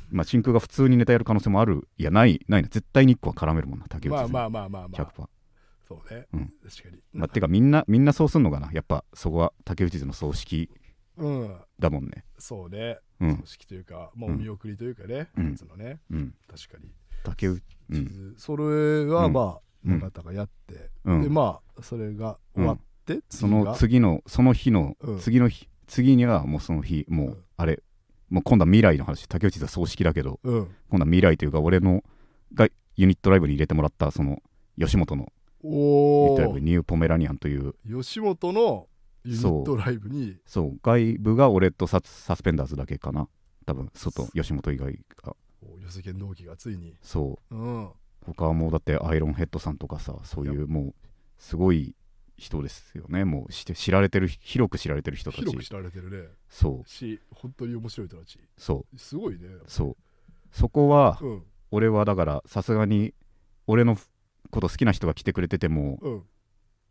A: まあ真空が普通にネタやる可能性もあるいやないないな絶対に1個は絡めるもんな竹
B: おう
A: 内
B: ま
A: さ
B: あ
A: ん、
B: まあまあまあま
A: 100%
B: あそうね
A: うん
B: 確かに
A: まあ、てかみんなみんなそうすんのかなやっぱそこは竹内図の葬式
B: うん
A: だもんね
B: そうね
A: うん
B: 組織というか、まあ、
A: う
B: お
A: ん
B: 見送りというかね、
A: うん
B: そのね
A: うん
B: 確かに、
A: 竹内うん
B: それはま
A: う
B: あ、
A: ん
B: 永田がやって、
A: うん
B: でまあそれが終わっして
A: その次のその日の、
B: うん
A: 次の日次にはもうその日もう、
B: うん
A: あれもう今度は未来の話竹内さん葬式だけど
B: うん
A: 今度は未来というか俺のがユニットライブに入れてもらったその吉本のユニット
B: お
A: ライ
B: お
A: ブニューポメラニアンという
B: 吉本のユニットライブに
A: そう外部が俺とサスサスペンダーズだけかな多分外吉本以外が
B: お寄せ剣同期がついに
A: そう
B: うん
A: 他はもうだってアイロンヘッドさんとかさそうい
B: いう
A: もうすごい人ですよねもうして知られてる広く知られてる人た
B: 広く
A: ち
B: 知られてるね
A: そう
B: し本当に面白い人たち
A: そう
B: すごいね
A: そうそこは
B: うん
A: 俺はだからさすがに俺のこと好きな人が来てくれてても
B: うん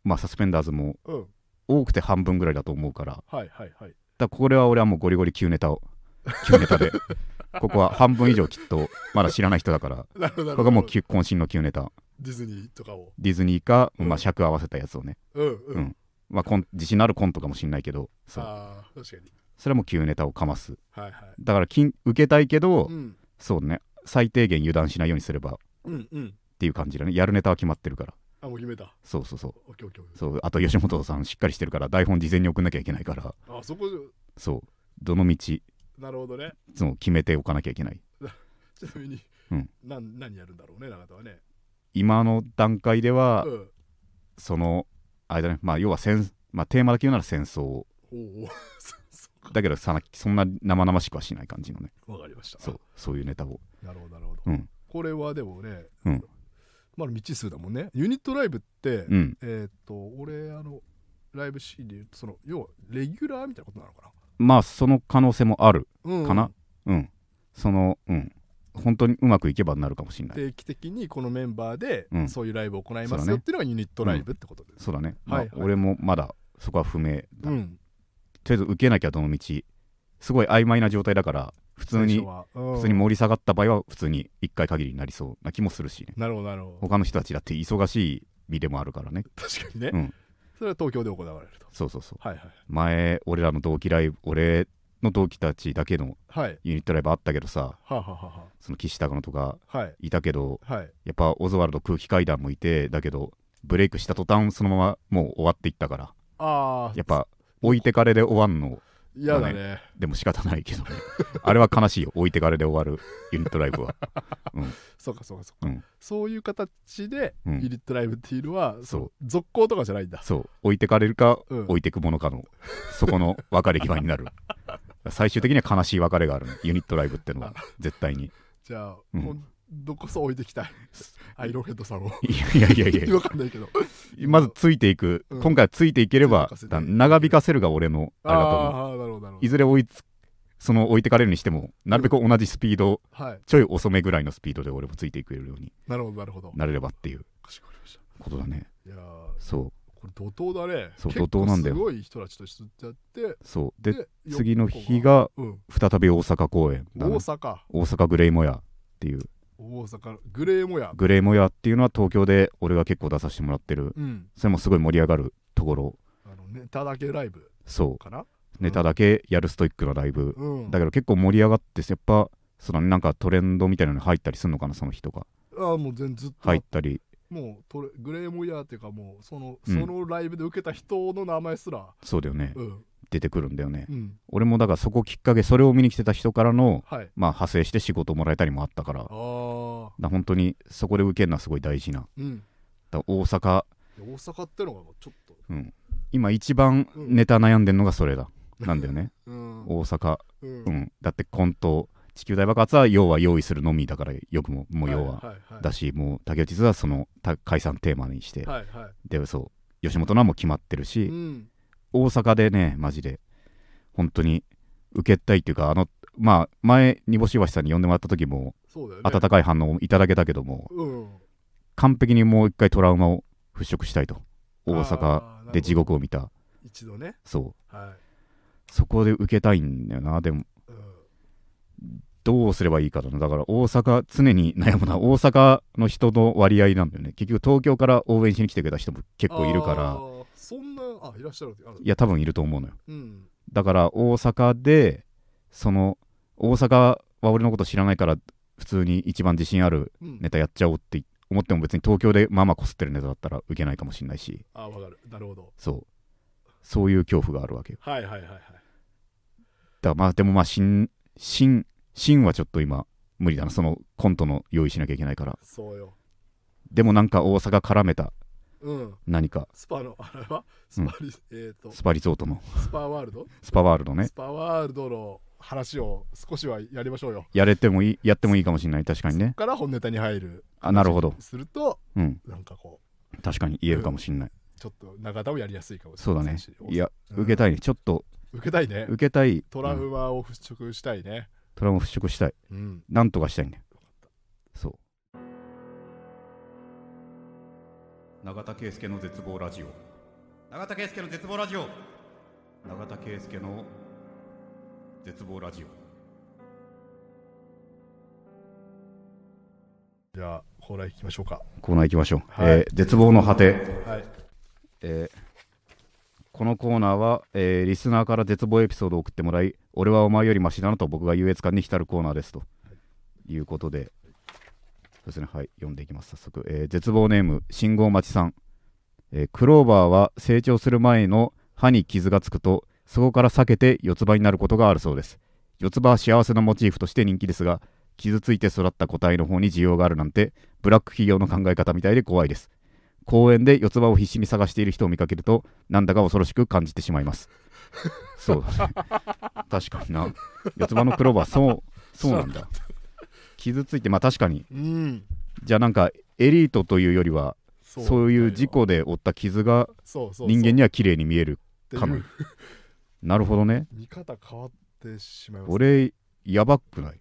A: まあサスペンダーズも
B: うん
A: 多くて半分ぐらいだと思うからだか
B: はいはいはい
A: らこれは俺はもうゴリゴリ旧ネタを旧ネタで ここは半分以上きっとまだ知らない人だから
B: なるほどな
A: こ
B: る
A: れ
B: ほ
A: が
B: ど
A: もう旧渾身の旧ネタ
B: ディズニーとかを
A: ディズニーか、
B: うん
A: まあ、尺合わせたやつをね、
B: うんうん、
A: うんまあ、コン自信のあるコントかもしんないけどそう
B: ああ確かに
A: それはもう旧ネタをかます
B: はいはい
A: だから金受けたいけど、
B: うん
A: そうね最低限油断しないようにすればっ
B: うんうん
A: ていう感じだねやるネタは決まってるから
B: あもう決めた
A: そうそうそう
B: オッケーオッケーオッケ
A: そうあと吉本さんしっかりしてるから台本事前に送んなきゃいけないから
B: ーあそこ
A: そうどの道
B: なるほどね
A: その決めておかなきゃいけない
B: ちなみに、
A: うん
B: なん何やるんだろうね永田はね
A: 今の段階では、
B: うん
A: そのあれだねまあ要は戦、まあ、テーマだけ言うなら戦争
B: おお そうそ
A: だけどさなそんな生々しくはしない感じのね
B: うわかりました
A: そうそういうネタを
B: なるほどなるほど、
A: うん
B: これはでもね、
A: うん
B: まだ未知数だもんねユニットライブって、
A: うん
B: えーっと俺あのライブシーンで言うとその要はレギュラーみたいなことなのか
A: まあその可能性もある
B: な、うん
A: かなうんそのうん本当にうまくいけばなるかもしれない
B: 定期的にこのメンバーで
A: うん
B: そういうライブを行い
A: そ
B: ま
A: うだ
B: す
A: ね
B: よっていうのがユニットライブってことです、
A: そうだね、まあ
B: はいはい
A: 俺もまだそこは不明だ、
B: うん
A: とりあえず受けなきゃどの道すごい曖昧な状態だから普通
B: 最
A: に
B: 初はうん
A: 普通に盛り下がった場合は普通に1回限りになりそうな気もするしね
B: なるほどなるほど
A: 他の人たちだって忙しい身でもあるからね
B: 確かにね、
A: うん
B: それは東京で行われると
A: そうそうそう
B: はいはい
A: 前俺らの同期ライブ俺の同期たちだけの
B: はい
A: ユニットライブあったけどさ
B: はあ、はあは
A: その岸高野とか
B: あ、はい
A: いたけど
B: はい
A: やっぱオズワルド空気階段もいてだけどブレイクした途端そのままもう終わっていったから
B: ああ
A: やっぱ置いてかれで終わんの
B: 嫌だね
A: でも仕方ないけどね あれは悲しいよ置いてかれで終わるユニットライブは
B: そうかそうかそうか、
A: うん
B: そういう形で
A: う
B: ユ
A: ん
B: ニットライブっていうのは、
A: そう
B: 続行とかじゃないんだ
A: そう置いてかれるか、
B: うん
A: 置いてくものかのそこの 分かれ際になる最終的には悲しい別れがあるのユニットライブってのは絶対に
B: じゃあ、
A: うん
B: 今度こそ置いて きたいアイロンヘッドさんを
A: いやいやいやいや
B: 分かんないけど
A: まずついていく、
B: うん
A: 今回はついていければ
B: ついていかせて
A: だ長引かせるが俺のあれだと思う
B: ああーなるほどなるほ
A: い
B: ど
A: ずれ追いつその置いてかれるにしてもなるべく同じスピード、
B: はい
A: ちょい遅めぐらいのスピードで俺もついていけるように
B: なるほどなるほど
A: なれればっていう
B: かしこまりました
A: ことだね
B: いやー
A: そう
B: これ怒涛だね
A: そう
B: 結構
A: 怒涛なんだよ
B: すごい人たちと知ってやって
A: そうで
B: よ
A: 次の日が
B: うん、
A: 再び大阪公演だ
B: 大
A: ね
B: 阪
A: 大阪グレイモヤっていう
B: 大阪グレーモヤ
A: グレイモヤっていうのは東京で俺が結構出させてもらってる
B: うん
A: それもすごい盛り上がるところ
B: あのネタだけライブ
A: そ
B: かな
A: うネタだけやるストイックなライブ
B: うん
A: だけど結構盛り上がってやっぱそのなんかトレンドみたいなのに入ったりするのかなその人が
B: ああもう全然ずっと、
A: 入ったり
B: もうトレグレーモヤーっていうかもうその
A: う
B: そ
A: ん
B: のライブで受けた人の名前すら
A: そうだよね
B: うん、
A: 出てくるんだよね
B: うん、
A: 俺もだからそこきっかけそれを見に来てた人からの
B: はい
A: まあ派生して仕事もらえたりもあったから
B: ああ
A: だ本当にそこで受けるのはすごい大事な
B: うん
A: だ大阪、
B: 大阪ってのがちょっと
A: うん、今一番ネタ悩んでんのがそ れだ、なんだよね
B: うん
A: 大阪、
B: う
A: うんん、だってコント地球大爆発は要は用意するのみだからよくももう要は、
B: はいはいはい
A: だしもう竹内図はそのた解散テーマにして、
B: はいは
A: でそう吉本のはもう決まってる
B: い
A: し、
B: うん
A: 大阪でねマジで本当に受けたいっていうかあのまあ前煮干し橋さんに呼んでもらった時も
B: そうだよね
A: 温かい反応をいただけたけども
B: うん
A: 完璧にもう一回トラウマを払拭したいと大阪
B: あーなるほど
A: で地獄を見た
B: 一度ね
A: そう
B: は
A: そこで受けたいんだよなでも
B: い、う
A: どうすればいいかだなだから大阪常に悩むな大阪の人の割合なんだよね結局東京から応援しに来てくれた人も結
B: ん、
A: 構いるから
B: あーそんなあいらっしゃるある
A: いや多分いると思うのよ
B: うん
A: だから大阪でその大阪は俺のこと知らないから普通に一番自信ある
B: うん、
A: ネタやっちゃおうって思っても別に東京でまあまあこすってるネタだったら受けないかもしれないし
B: あわかるなるほど
A: そうそういう恐怖があるわけよ
B: はいはいはいはい
A: だからまあでもまあ新新新はちょっと今無理だなそのコントの用意しなきゃいけないから
B: そうよ
A: でもなんか大阪絡めた
B: うん
A: 何か
B: スパのあれはスパリ、えっ、と
A: スパリゾートの
B: スパワールド、
A: スパワールドね
B: スパワールドの話を少しはやりましょうよ
A: やれてもいいやってもいいかもしれない確かに
B: そ
A: ね
B: っから本ネタに入る
A: あなるほど
B: すると
A: うん
B: なんかこ
A: 確かに言えるかもしれない、
B: うちょっと長田をやりやすいかもし
A: そ
B: れ
A: うだ
B: ない
A: ね
B: し
A: いや
B: うん
A: 受けたいねちょっと
B: 受けたいね
A: 受けたい
B: トラ
A: うん
B: ウマを払拭したいね
A: トラウマ払拭したい
B: うん
A: なんとかしたいんだよそう永田圭介の絶望ラジオ永田圭介の絶望ラジオ永田圭介の絶望ラジオ
B: じゃあコーナー行きましょうか
A: コーナー行きましょう、
B: はい
A: えー絶望の果て、
B: はい
A: えーこのコーナーは、えーリスナーから絶望エピソードを送ってもらい俺はお前よりマシだなと僕が優越感に浸るコーナーですということでそうですねはい読んでいきます早速、えー絶望ネーム信号待ちさん、えークローバーは成長する前の歯に傷がつくとそこから裂けて四つ葉になることがあるそうです四つ葉は幸せのモチーフとして人気ですが傷ついて育った個体の方に需要があるなんてブラック企業の考え方みたいで怖いです公園で四つ葉を必死に探している人を見かけるとなんだか恐ろしく感じてしまいますそうだね確かにな四つ葉のクローバーそうそうなんだ傷ついてまあ確かに
B: うん
A: じゃあなんかエリートというよりは
B: そ
A: そういう事故で負った傷が
B: そうそうそう
A: 人間には綺麗に見える
B: っていう
A: かもなるほどね
B: 見方変わってしまいます
A: 俺やばく ない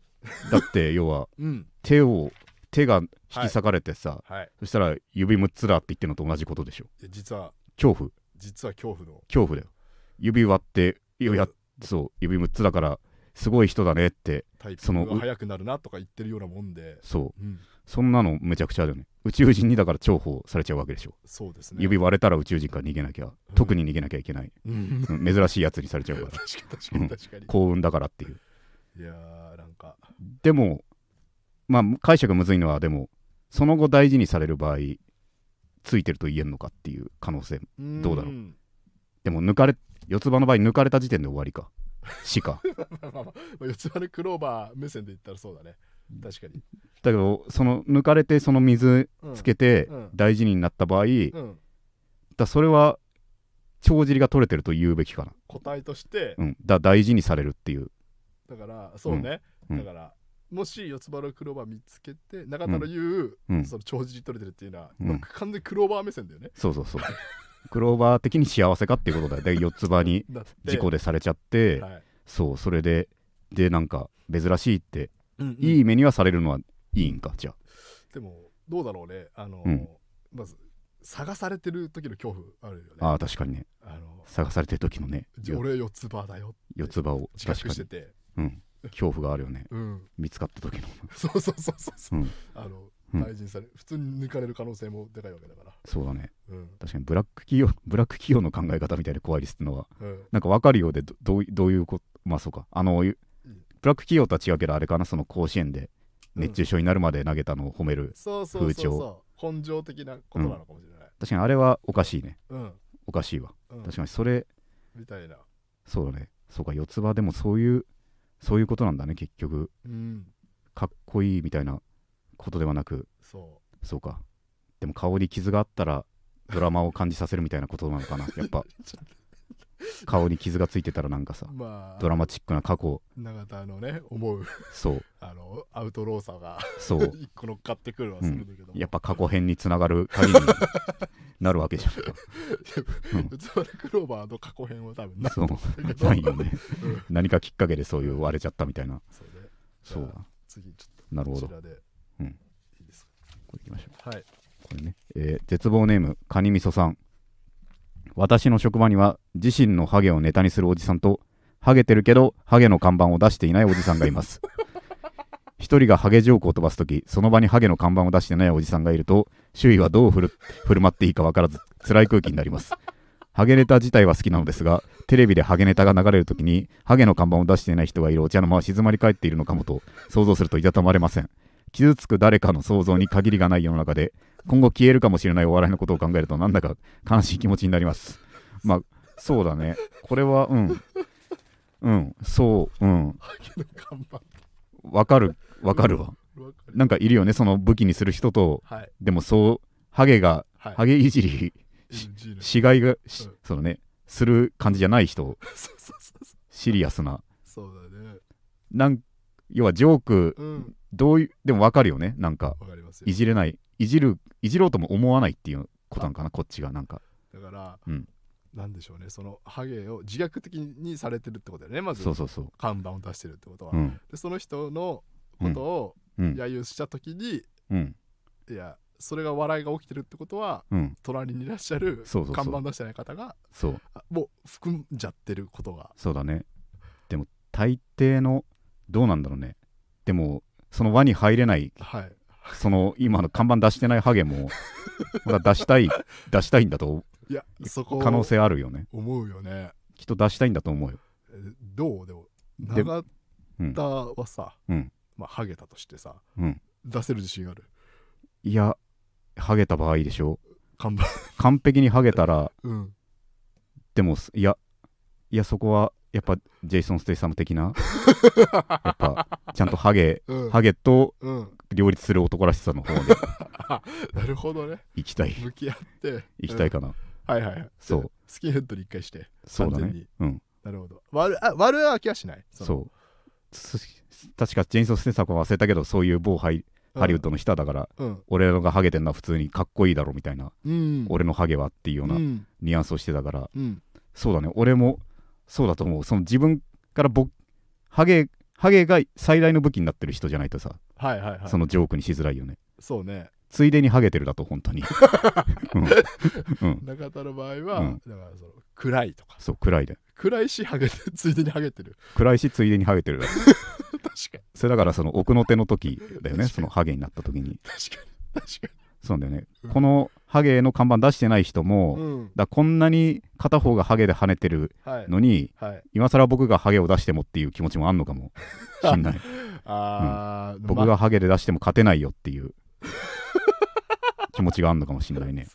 A: だって要は
B: うん
A: 手を手が引き裂かれてさ、
B: はい
A: そしたら指6つだって言ってるのと同じことでしょ
B: いや実は
A: 恐怖
B: 実は恐怖の
A: 恐怖だよ指割っていやや
B: うん
A: そう指6つだからすごい人だねって
B: タイプ
A: その
B: が速くなるなとか言ってるようなもんで、
A: そう
B: うん、
A: そんなのめちゃくちゃだよね宇宙人にだから重宝されちゃうわけでしょ、
B: そうですね
A: 指割れたら宇宙人から逃げなきゃ、特に逃げなきゃいけない、
B: うん
A: うん珍しいやつにされちゃうか ら
B: 確かに確かに確かに、
A: 幸運だからっていう
B: いやーなんか
A: でもまあ解釈がむずいのはでもその後大事にされる場合ついてると言えんのかっていう可能性どうだろうんでも抜かれ四つ葉の場合抜かれた時点で終わりか死 か
B: まあまあまあまあ四つ葉のクローバー目線で言ったらそうだね確かに、
A: だけどその抜かれてその水
B: うん、
A: つけて
B: うん
A: 大事になった場合、
B: うん
A: だそれは帳尻が取れてると言うべきかな、
B: 個体として、
A: うん、だ大事にされるっていう
B: だからそうね、
A: うん
B: だからもし四つ葉のクローバー見つけて中田の言う、
A: うん
B: その長尻取れてるっていうのは、
A: うん
B: まあ完全にクローバー目線だよね
A: そうそうそう クローバー的に幸せかっていうことだよで四つ葉に
B: だって
A: 事故でされちゃって、
B: はい
A: そうそれででなんか珍しいって、
B: うんうん
A: いい目にはされるのはいいんかじゃあ
B: でもどうだろうねあの、
A: うん
B: まず探されてる時の恐怖あるよね
A: ああ確かにね
B: あの
A: 探されてる時のね
B: じ俺四つ葉だよ
A: 四つ葉を
B: 自
A: 確
B: 覚
A: か
B: して
A: に、
B: て
A: うん、恐怖があるよね
B: うん
A: 見つかった時の
B: そうそうそうそうそう、
A: うん
B: あの
A: うん
B: 大事にされ普通に抜かれる可能性もでかいわけだから
A: そうだね
B: うん
A: 確かにブラック企業 ブラック企業の考え方みたいで怖いですってのは
B: うん
A: なんか分かるようでどどういどういうことまあそうかあのゆ
B: うん
A: ブラック企業とは違うけどあれかなその甲子園で熱中症になるまで投げたのを褒める、
B: そうそう
A: 風
B: そう
A: 潮
B: そう根性的なことなのかもしれない
A: 確かにあれはおかしいね
B: うん、
A: おかしいわ
B: うん
A: 確かにそれ
B: みたいな
A: そうだねそうか四つ葉でもそういうそういうことなんだね結局
B: うん
A: かっこいいみたいなことではなく
B: そ
A: そうかでも顔に傷があったらドラマを感じさせるみたいなことなのかなやっぱ顔に傷がついてたらなんかさ
B: うまあ
A: ドラマチックな過去
B: 永田のね思う
A: そう
B: あのアウトローさが
A: そう
B: 一個乗っかってくるはするんだけども、
A: やっぱ過去編につながる鍵になるわけじゃん
B: 四つ葉のクローバーの過去編は多分な
A: そうないよね何かきっかけでそういう割れちゃったみたいな
B: そうね
A: そうだ
B: 次ちょっ
A: なる
B: と
A: ほ
B: こ
A: どこ
B: ちらで、
A: うん
B: いいですか
A: れいきましょう
B: はい
A: これね、えー絶望ネームカニみそさん私の職場には自身のハゲをネタにするおじさんとハゲてるけどハゲの看板を出していないおじさんがいます一人がハゲジョークを飛ばす時その場にハゲの看板を出してないおじさんがいると周囲はどう振る振る舞っていいか分からず辛い空気になりますハゲネタ自体は好きなのですがテレビでハゲネタが流れる時にハゲの看板を出していない人がいるお茶の間は静まり返っているのかもと想像するといたたまれません傷つく誰かの想像に限りがない世の中で今後消えるかもしれないお笑いのことを考えるとなんだか悲しい気持ちになります。まあそうだねこれはうんうんそううん
B: 頑張っ
A: わかるわかるわ
B: てわかる
A: なんかいるよねその武器にする人と
B: はい
A: でもそうハゲが
B: はい
A: ハゲいじりし
B: NG ね
A: しがいがし
B: うん
A: そのねする感じじゃない人
B: そうそうそうそう
A: シリアスな
B: そうだね
A: なん要はジョーク
B: うん
A: どういうでもわかるよねなんか
B: わかりますよ
A: いじれないいじるいじろうとも思わないっていうことなんかなこっちがなんか
B: だから、
A: うん
B: なんでしょうねそのハゲを自虐的にされてるってことだよねまず
A: そうそうそう
B: 看板を出してるってことは、
A: うん
B: でその人のことを
A: うん
B: 揶揄した時に、
A: うん
B: いやそれが笑いが起きてるってことは
A: うん
B: 隣にいらっしゃる
A: そうそうそう
B: 看板出してない方が
A: そう
B: あもう含んじゃってることが
A: そうだねでも大抵のどうなんだろうねでもその輪に入れない
B: はい
A: その今の看板出してないハゲも まだ出したい出したいんだと
B: いやそこ
A: 可能性あるよね
B: 思うよね
A: きっと出したいんだと思うよ
B: えどうでも
A: で
B: 永
A: うん
B: 田はさ、
A: うん
B: まあ、ハゲたとしてさ、
A: うん
B: 出せる自信ある
A: いやハゲた場合でしょ
B: 看板、
A: 完璧にハゲたら
B: うん、
A: でもいやいやそこはやっぱジェイソン・ステイサム的なやっぱちゃんとハゲ
B: うん
A: ハゲと
B: うん、
A: 両立する男らしさの方で
B: なるほどね
A: 行きたい
B: 向き合って
A: 行きたいかな、
B: うんはいはいはい
A: そう
B: スキンヘッドに一回して
A: そうだ
B: 完全
A: ね
B: に
A: うん
B: なるほど悪あ悪あきはしない
A: そう
B: の
A: つつ確かジェイソン・ステイサムは忘れたけどそういう某ハイハリウッドの人はだから、
B: うん
A: 俺のがハゲてんのは普通にかっこいいだろみたいな、
B: うん
A: 俺のハゲはっていうような
B: うん
A: ニュアンスをしてたから、
B: うん
A: そうだね俺もそうだと思うその自分からぼハゲハゲが最大の武器になってる人じゃないとさ、
B: はいはいはい
A: そのジョークにしづらいよね
B: そうね
A: ついでにハゲてるだと本 当にうん、うん
B: 中田の場合は、
A: うん
B: だからその暗いとか
A: そう暗いで
B: 暗いしハゲてついでにハゲてる
A: 暗いしついでにハゲてるだ
B: 確かに
A: それだからその奥の手の時だよ
B: 確か
A: ね
B: に
A: そのハゲになった時に
B: 確かに確か
A: そうなんだよね、
B: うん
A: このハゲの看板出してない人も、
B: にうん
A: だこんなに片方がハゲで跳ねてる
B: はい
A: のに
B: はい
A: 今更僕がハゲを出してもっていう気持ちもあんのか もしんない
B: あー、
A: 僕
B: ま
A: がハゲで出しても勝てないよっていう 気持ちがあんのかもしんないね、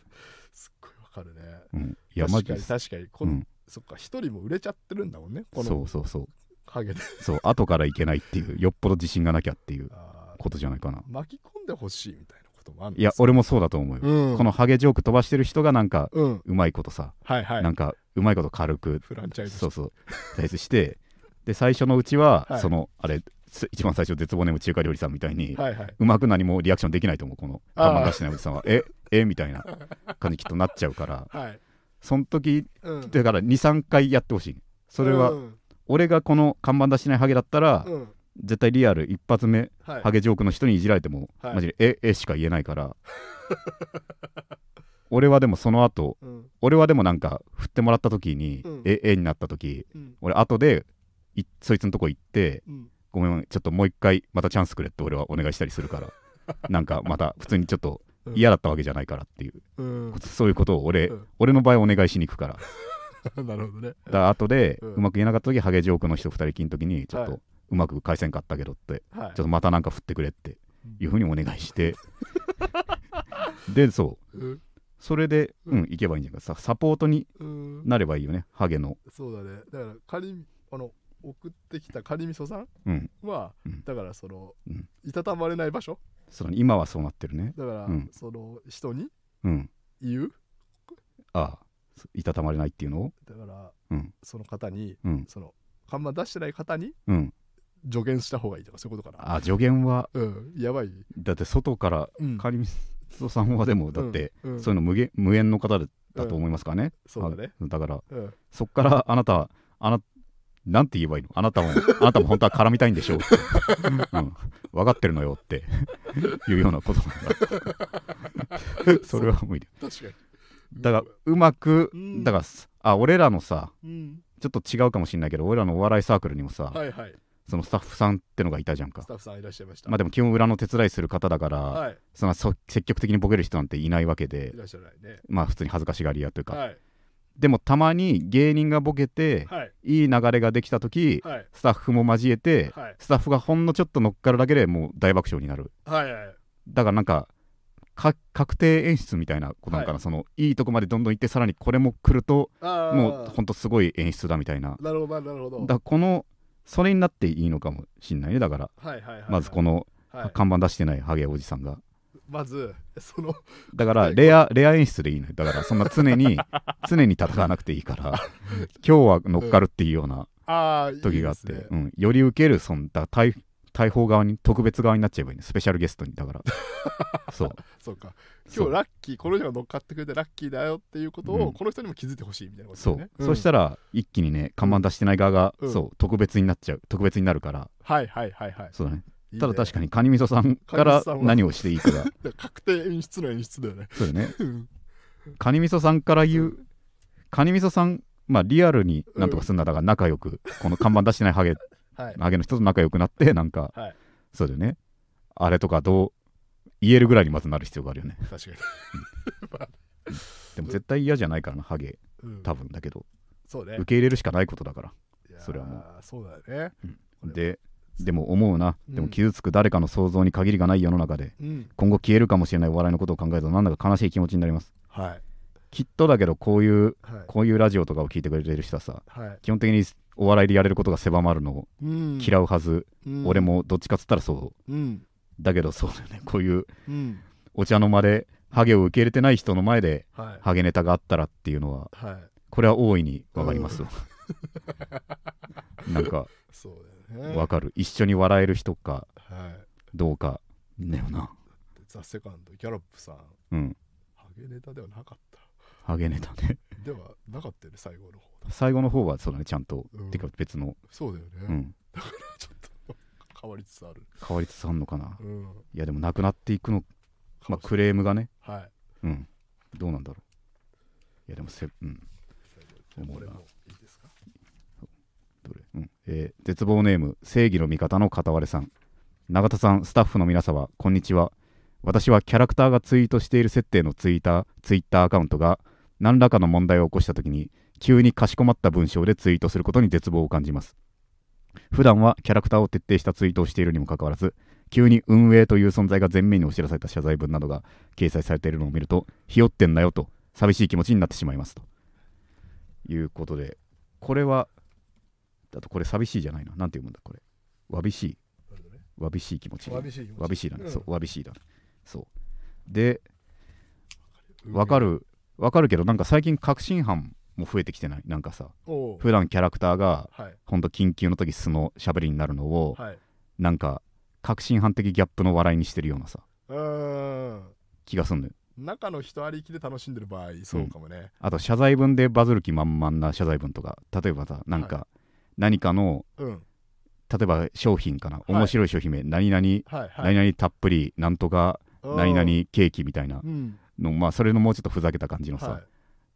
B: すっごいわかるね
A: うん、いやマ
B: 確
A: ジ
B: か
A: で
B: に
A: す
B: 確かにこ
A: う
B: の、
A: ん、
B: そっか一人も売れちゃってるんだもんねこ
A: そ
B: の
A: うそうそう
B: ハゲで
A: そう後からいけないっていうよっぽど自信がなきゃっていう
B: あー
A: ことじゃないかな
B: 巻き込んでほしいみたいなこともあるん
A: いや
B: ですか
A: 俺もそうだと思うよ、
B: うん
A: このハゲジョーク飛ばしてる人がなんか
B: うん
A: うまいことさ、
B: はいはい
A: なんかうまいこと軽く
B: フランチャイズ
A: そうそう対立してで最初のうちは、
B: はい
A: そのあれす一番最初絶望ネーム中華料理さんみたいに、
B: はいはいう
A: まく何もリアクションできないと思うこの
B: あー
A: 看板出してないおじさんはええみたいな感じきっとなっちゃうから
B: はい、
A: その時
B: うん、
A: だから23回やってほしいそれは、
B: うん
A: 俺がこの看板出してないハゲだったら、
B: うん
A: 絶対リアル一発目
B: はい
A: ハゲジョークの人にいじられても、
B: はい
A: マジでええしか言えないから 俺はでもその後
B: うん
A: 俺はでもなんか振ってもらった時に、
B: うん
A: ええになった時
B: うん
A: 俺後でいそいつのとこ行って
B: うん
A: ごめんちょっともう一回またチャンスくれって俺はお願いしたりする からなんかまた普通にちょっと
B: うん
A: 嫌だったわけじゃないからっていう、
B: うん
A: こそういうことを俺、
B: うん
A: 俺の場合お願いしに行くから
B: なるほどね
A: だから後で
B: うん
A: うまく言えなかった時ハゲジョークの人二人きりの時にちょっ
B: は
A: とうまく返せんかったけどって
B: は
A: ち
B: い
A: ょっとまたなんか振ってくれっていうふうにお願いして でそう
B: うん
A: それでうん行けばいいんじゃないかさサポートに
B: うん
A: なればいいよねハゲの
B: そうだねだから仮にあの送ってきたカニみそさん
A: うん
B: は、
A: うん
B: だからその、
A: うん
B: いたたまれない場所
A: その今はそうなってるね
B: だから、
A: うん
B: その人に
A: うん
B: 言う
A: ああそいたたまれないっていうのを
B: だから、
A: うん
B: その方に
A: うん
B: その看板出してない方に
A: うん
B: 助言した方がいいとかそういうことかな
A: ああ助言は
B: うんやばい、
A: だって外から
B: うん
A: カリミソさんはでもだって、
B: うんうん
A: そういうの無限無縁の方だだと思いますからね、
B: そうだね、
A: あだから
B: うん、
A: そっからあなたあななんて言えばいいのあなたもあなたも本当は絡みたいんでしょうって、うん、分かってるのよっていうようなことなんだそれは無理
B: 確かに
A: だからうまく
B: うん
A: だからすあ俺らのさ
B: うん、
A: ちょっと違うかもしれないけど俺らのお笑いサークルにもさ、
B: はいはい
A: そのスタッフさんってのがいたじゃんか
B: スタッフさんいらっしゃいました、
A: まあでも基本裏の手伝いする方だから、
B: はい
A: そんなそ積極的にボケる人なんていないわけで
B: いらっしゃらないね
A: まあ普通に恥ずかしがり屋というか、
B: はい
A: でもたまに芸人がボケて、
B: はい
A: いい流れができた時、
B: はい
A: スタッフも交えて、
B: はい
A: スタッフがほんのちょっと乗っかるだけでもう大爆笑になる
B: はいはい
A: だからなんかか確定演出みたいなことなのかな、
B: はい
A: そのいいとこまでどんどん行ってさらにこれも来ると
B: あー
A: もうほんとすごい演出だみたいな
B: なるほどなるほど
A: だからこのそれになっていいのかもしんないねだから
B: はいはいはいはい
A: まずこの
B: はい
A: 看板出してないハゲおじさんが
B: まず その
A: だか
B: は
A: ら
B: い
A: レアレア演出でいいのよだからそんな常 に常に戦わなくていいから今日は乗っかるっていうような
B: ああ
A: 時があってうん、より受けるそんだ対対方側に特別側になっちゃえばいいねスペシャルゲストにだから そう
B: そうか
A: そ
B: 今日
A: う
B: ラッキーこの人が乗っかってくれてラッキーだよっていうことを、
A: うん
B: この人にも気づいてほしいみたいなことです
A: そ
B: よ
A: う
B: ね、
A: そしたら一気にね看板出してない側が、
B: うん
A: そう特別になっちゃう特別になるから
B: らはいはいはいはい
A: そうだね
B: いいね
A: ただ確かにカニ味噌さんか
B: カニ味
A: ら
B: 噌さんは
A: 何をしていいかが
B: だから確定演出の演出だよね
A: そうだよね
B: うん
A: カニ味噌さんから言うカニ味噌さんまあリアルになんとかすんなだから仲良くこの看板出してないハゲ
B: はい
A: ハゲの人と仲良くなってなんか、
B: はい
A: そうだよねあれとかどう言えるぐらいにまずなる必要があるよね
B: 確かに、
A: でも絶対嫌じゃないからなハゲ
B: うん、
A: 多分だけど
B: そうね
A: 受け入れるしかないことだから
B: いやー
A: それはも
B: そうだよね
A: ででも思うな
B: うん
A: でも傷つく誰かの想像に限りがない世の中で
B: うん
A: 今後消えるかもしれないお笑いのことを考えるとなんだか悲しい気持ちになります
B: はい
A: きっとだけどこういう
B: はい
A: こういうラジオとかを聞いてくれてる人はさ
B: はい
A: 基本的にお笑いでやれることが狭まるのを
B: うん
A: 嫌うはず、
B: うん
A: 俺もどっちかっつったらそう
B: うん
A: だけどそうだよねこういう
B: うん
A: お茶の間でハゲを受け入れてない人の前で
B: はい
A: ハゲネタがあったらっていうのは
B: はい
A: これは大いにわかりますわ なんか
B: そうだよね
A: わかる一緒に笑える人か
B: はい
A: どうかだよな
B: でザ・セカンドギャロップさん
A: うん
B: ハゲネタではなかった
A: ハゲネタね
B: ではなかったよね最後の方
A: 最後の方はそうだねちゃんと、
B: うん
A: てか別の、
B: そうだよね、
A: うん、
B: ちょっと変わりつつある
A: 変わりつつあんのかな
B: うん
A: いやでもなくなっていくのまあク
B: れ
A: レームがね
B: はい
A: うんどうなんだろういやでもせうん思
B: こ
A: う
B: れ
A: な
B: もいいですか
A: どれ、うんえー絶望ネーム正義の味方の片割れさん永田さんスタッフの皆様こんにちは私はキャラクターがツイートしている設定のツイーターツイッターアカウントが何らかの問題を起こした時に急にかしこまった文章でツイートすることに絶望を感じます普段はキャラクターを徹底したツイートをしているにもかかわらず急に運営という存在が前面に押し出された謝罪文などが掲載されているのを見るとひよってんなよと寂しい気持ちになってしまいますということでこれはだとこれ寂しいじゃないな。なんて読むんだこれ。わびしい。
B: なるほどね
A: わびしい気持ち。
B: わびしい気持ち
A: わびしいだね。そうう、わびしいだね。そう。で、
B: ん
A: わかる、わかるけど、なんか最近確信犯も増えてきてない。なんかさ、
B: おう
A: 普段キャラクターが、
B: はい
A: ほんと緊急の時素のしゃべりになるのを、
B: はい
A: なんか、確信犯的ギャップの笑いにしてるようなさ、
B: うーん
A: 気がすんのよ。
B: 中の人ありきで楽しんでる場合そうかもね、
A: あと、謝罪文でバズる気満々な謝罪文とか、例えばさ、なんか、何かの、
B: うん
A: 例えば商品かな、
B: い
A: 面白い商品名、何々、
B: はいは
A: 何
B: い
A: 々たっぷり、なんとか、何々
B: 々
A: ケーキみたいな
B: うん
A: の、まあ、それのもうちょっとふざけた感じのさ、
B: はい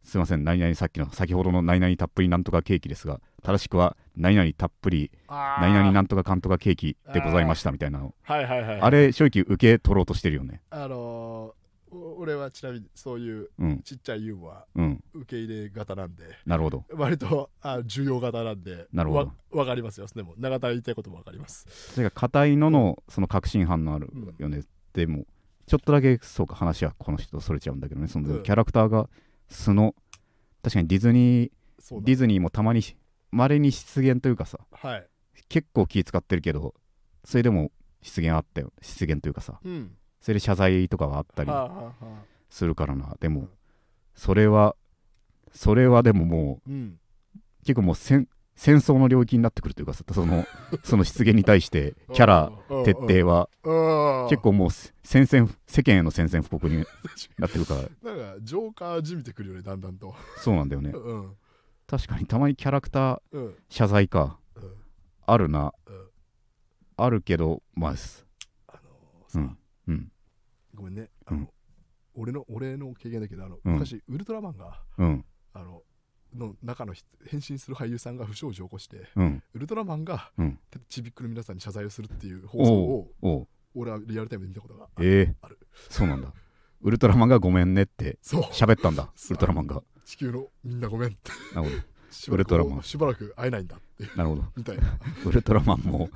A: すいません、何々さっきの、先ほどの何々たっぷりなんとかケーキですが、正しくは、何々たっぷり、
B: あー
A: 何々なんとかかんとかケーキでございましたみたいなの、
B: はいはいはい
A: あれ、正直、受け取ろうとしてるよね。
B: あのーお俺はちなみにそういう
A: うん、
B: ちっちゃいユーモア
A: うん、
B: 受け入れ型なんで
A: なるほど。
B: 割とあ重要型なんで
A: なるほど
B: わわかりますよでも永田が言いたいこともわかります
A: それが、硬いのの、その確信犯のあるよね。でも、ちょっとだけ、そうか、話はこの人とそれちゃうんだけどね、その、
B: うん
A: キャラクターが、素の、確かにディズニー、
B: そうだ
A: ディズニーもたまに、まれに出現というかさ、
B: はい
A: 結構気使ってるけどそれでも失言あったよ失言というかさ
B: うん
A: それで謝罪とかはあったり
B: はあはあはあ
A: するからなで
B: う
A: も
B: ん
A: それはそれはでもも
B: うん
A: う結構もう戦戦争の領域になってくるというかさそ のその失言に対してキャラ徹底は
B: 底
A: 結構もうせ宣戦世間への宣戦布告になってるから
B: なんかジョーカーじみてくるよねだんだんと
A: そうなんだよね
B: うん
A: 確かにたまにキャラクター
B: うん
A: 謝罪か
B: うん
A: あるな
B: うん
A: あるけどまあ
B: あのー
A: う
B: さ
A: んうん
B: ごめんねあ
A: うん
B: の俺の俺の経験だけどあの
A: うん
B: 昔ウルトラマンが
A: うん
B: あのの中のひ変身する俳優さんが不祥事を起こして
A: うん
B: ウルトラマンが
A: うん
B: ちびっくり皆さんに謝罪をするっていう放送
A: おう
B: を
A: おう
B: 俺はリアルタイムで見たことがある
A: ええ
B: ある
A: そうなんだ。ウルトラマンがごめんねって
B: そう
A: 喋ったんだ、
B: そ
A: ウ
B: う
A: ルトラマンが。
B: 地球のみんなごめんって
A: なるほど
B: し
A: ウ
B: ばらく
A: ルトラマン
B: しばらく会えないんだって
A: なるほど
B: みたい な
A: ウルトラマンも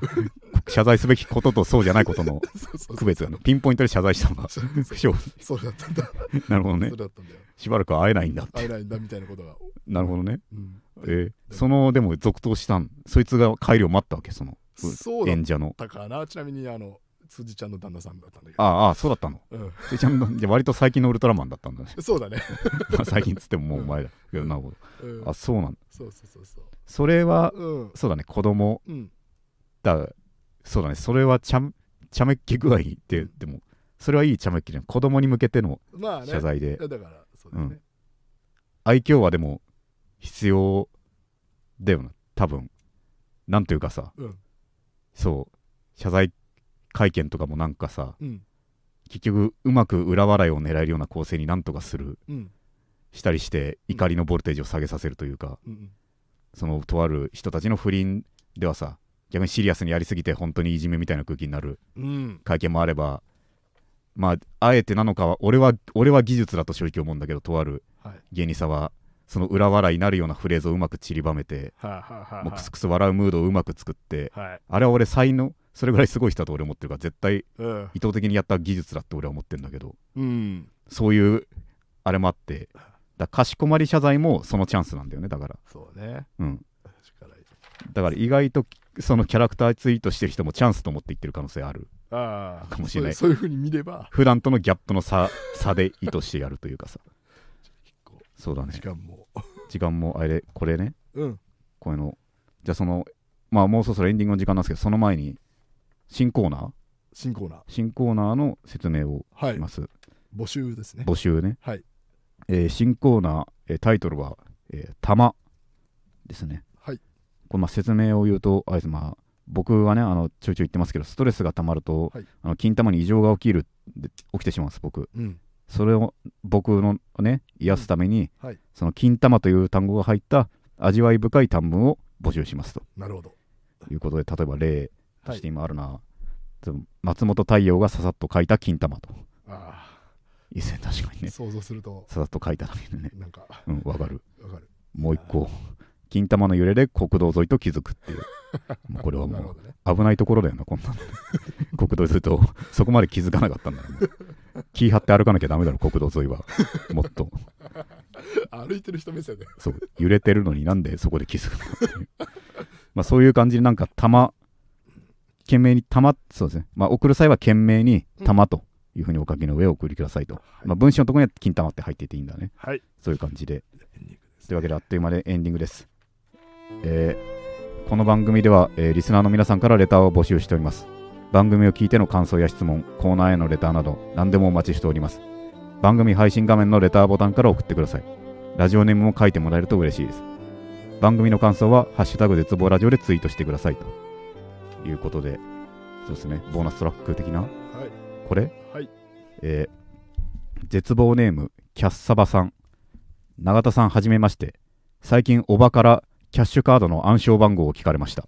A: 謝罪すべきこととそうじゃないことの
B: そうそう
A: 区別がねピンポイントで謝罪したのが
B: そうそう
A: 不祥事
B: そうだったんだ、
A: なるほどね
B: そうだったんだよ
A: しばらく会えないんだっ
B: 会え
A: て
B: ないんだみたいなことが、
A: なるほどね
B: うん、
A: えーそのでも続投したんそいつが帰りを待ったわけその
B: そうだっ
A: 演者の
B: たかなちなみにあの辻ちゃんの旦那さんだったんだけど
A: ああああそうだ ったの
B: うん、
A: でちゃんとじゃあ割と最近のウルトラマンだったんだね
B: そうだね、
A: まあ最近っつってももう前だけどなるほ
B: うん
A: どあ、そうなんだ
B: そうそうそうそ
A: それは
B: ううん
A: そうだね子供
B: うん
A: だそうだねそれはちゃちゃめっ気具合ででもそれはいいちゃめっ気じゃん子供に向けての
B: まあね
A: 謝罪で
B: だからそうだよね、
A: 愛嬌はでも必要だよな多分なんというかさ
B: うん
A: そう謝罪会見とかもなんかさ
B: うん
A: 結局うまく裏笑いを狙えるような構成になんとかする
B: うん
A: したりして
B: うん
A: 怒りのボルテージを下げさせるというか、
B: うん
A: そのとある人たちの不倫ではさ逆にシリアスにやりすぎて本当にいじめみたいな空気になる
B: うん
A: 会見もあればまああえてなのかは俺は俺は技術だと正直思うんだけどとある
B: はい
A: 芸人さんはその裏笑いになるようなフレーズをうまく散りばめて
B: はいはいはい
A: もう
B: は
A: クスクス笑うムードをうまく作って
B: いはい
A: あれは俺才能それぐらいすごい人だと俺思ってるから絶対
B: うん
A: 意図的にやった技術だって俺は思ってるんだけど
B: うん
A: そういうあれもあってだからかしこまり謝罪もそのチャンスなんだよねだから
B: そうね
A: うん
B: 確かに
A: だから意外とそのキャラクターツイートしてる人もチャンスと思って言ってる可能性ある
B: ああ
A: かもしれない
B: そうそういうふうに見れば
A: 普段とのギャップの差 差で意図してやるというかさ
B: 結構
A: そうだね
B: 時間も
A: 時間もあれこれね
B: うん
A: これのじゃあそのまあもうそろそろエンディングの時間なんですけどその前に新コーナー
B: 新コーナー
A: 新コーナーの説明を
B: は
A: し
B: い
A: ます、
B: 募集ですね
A: 募集ね、
B: はい
A: えー新コーナー、えータイトルは「えー玉」ですね、
B: はい
A: これまあ説明を言うとあれです、まあ、僕はねあのちょいちょい言ってますけどストレスがたまると、
B: はい
A: あの金玉に異常が起きるで起きてしまうんです僕
B: うん
A: それを僕のね癒すために、
B: はい
A: その金玉という単語が入った味わい深い短文を募集しますと
B: なるほど
A: いうことで例えば例と
B: は
A: し
B: い
A: て今あるな、松本太陽がささっと書いた金玉と
B: あ
A: 以前確かに
B: あ
A: ね
B: 想像すると
A: ささっと書いただけでね
B: なんか
A: うんわかる
B: わかる
A: もう一個金玉の揺れで国道沿いと気づく っていうもうこれは
B: なる
A: も
B: ほどね
A: う危ないところだよなこんなの国道沿いとそこまで気づかなかったんだろう気張って歩かなきゃダメだろ国道沿いはもっと
B: 歩いてる人目線で
A: そう揺れてるのになんでそこで気づくのっていうまあそういう感じでなんか玉懸命に玉そうですねまあ送る際は懸命に玉というふうにお書きの上を送りくださいと、まあ、文章のところには金玉って入ってていいんだね
B: はい
A: そういう感じで
B: エンディングです
A: というわけであっという間でエンディングです、えーこの番組では、えーリスナーの皆さんからレターを募集しております番組を聞いての感想や質問コーナーへのレターなど何でもお待ちしております番組配信画面のレターボタンから送ってくださいラジオネームも書いてもらえると嬉しいです番組の感想は「ハッシュタグ絶望ラジオ」でツイートしてくださいということでそうですねボーナストラック的な
B: はい
A: これ
B: はい
A: えー絶望ネームキャッサバさん永田さんはじめまして最近おばからキャッシュカードの暗証番号を聞かれました、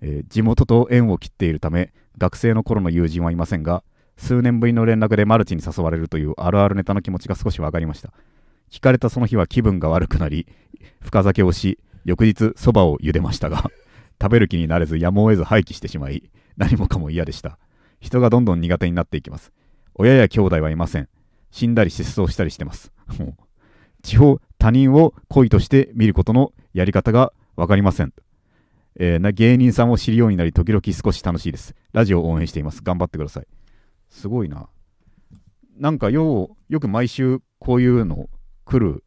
A: えー地元と縁を切っているため学生の頃の友人はいませんが数年ぶりの連絡でマルチに誘われるというあるあるネタの気持ちが少し分かりました聞かれたその日は気分が悪くなり深酒をし翌日そばを茹でましたが食べる気になれずやむを得ず廃棄してしまい何もかも嫌でした人がどんどん苦手になっていきます親や兄弟はいません死んだり失踪したりしてます もう地方他人を恋として見ることのやり方が分かりません、えーな芸人さんを知るようになり時々少し楽しいですラジオを応援しています頑張ってくださいすごいななんかようよく毎週こういうの来る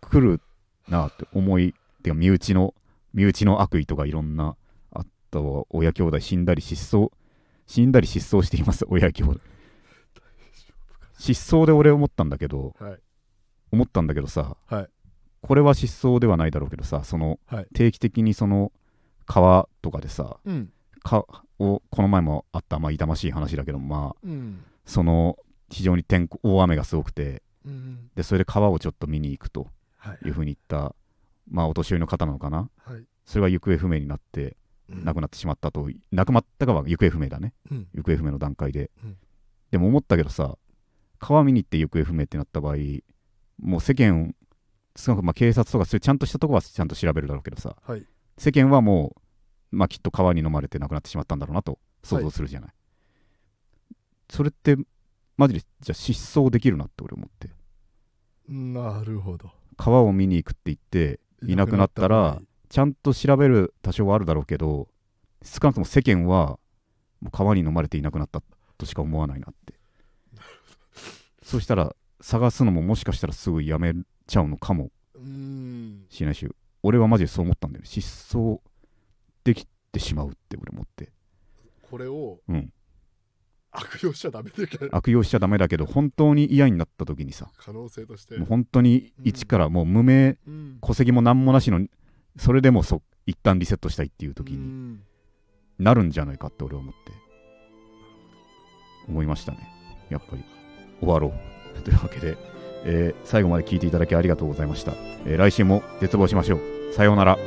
A: 来るなって思いてか身内の身内の悪意とかいろんなあとは親兄弟死んだり失踪死んだり失踪しています親兄弟失踪で俺思ったんだけど
B: はい
A: 思ったんだけどさ、
B: はい
A: これは失踪ではないだろうけどさその、
B: はい
A: 定期的にその川とかでさ
B: うん
A: かをこの前もあった、まあ、痛ましい話だけどまあ
B: うん
A: その非常に天候大雨がすごくて
B: うん
A: でそれで川をちょっと見に行くと
B: はい
A: いうふうに言った、まあ、お年寄りの方なのかな
B: はい
A: それが行方不明になって亡くなってしまったと、亡くなったかは行方不明だね
B: うん
A: 行方不明の段階で、
B: うん
A: でも思ったけどさ川見に行って行方不明ってなった場合もう世間少なくともまあ警察とかそういうちゃんとしたとこはちゃんと調べるだろうけどさ
B: はい
A: 世間はもう、まあ、きっと川に飲まれて亡くなってしまったんだろうなと想像するじゃない、それってマジでじゃあ失踪できるなって俺思って
B: なるほど
A: 川を見に行くって言っていなくなったら
B: いなくなった場合
A: ちゃんと調べる多少はあるだろうけど少なくとも世間はもう川に飲まれていなくなったとしか思わないなってそうしたら探すのももしかしたらすぐやめちゃうのかも
B: うーん
A: しれないし俺はマジでそう思ったんだよね失踪できてしまうって俺思って
B: これを
A: うん
B: 悪用しちゃダメだけど
A: 悪用しちゃダメだけど本当に嫌になった時にさ
B: 可能性として
A: もう本当に一からもう無名
B: うん
A: 戸籍も何もなしのそれでもそ一旦リセットしたいっていう時
B: う
A: に
B: ん
A: なるんじゃないかって俺は思って思いましたねやっぱり終わろう というわけで、えー最後まで聞いていただきありがとうございました、えー来週も絶望しましょうさようなら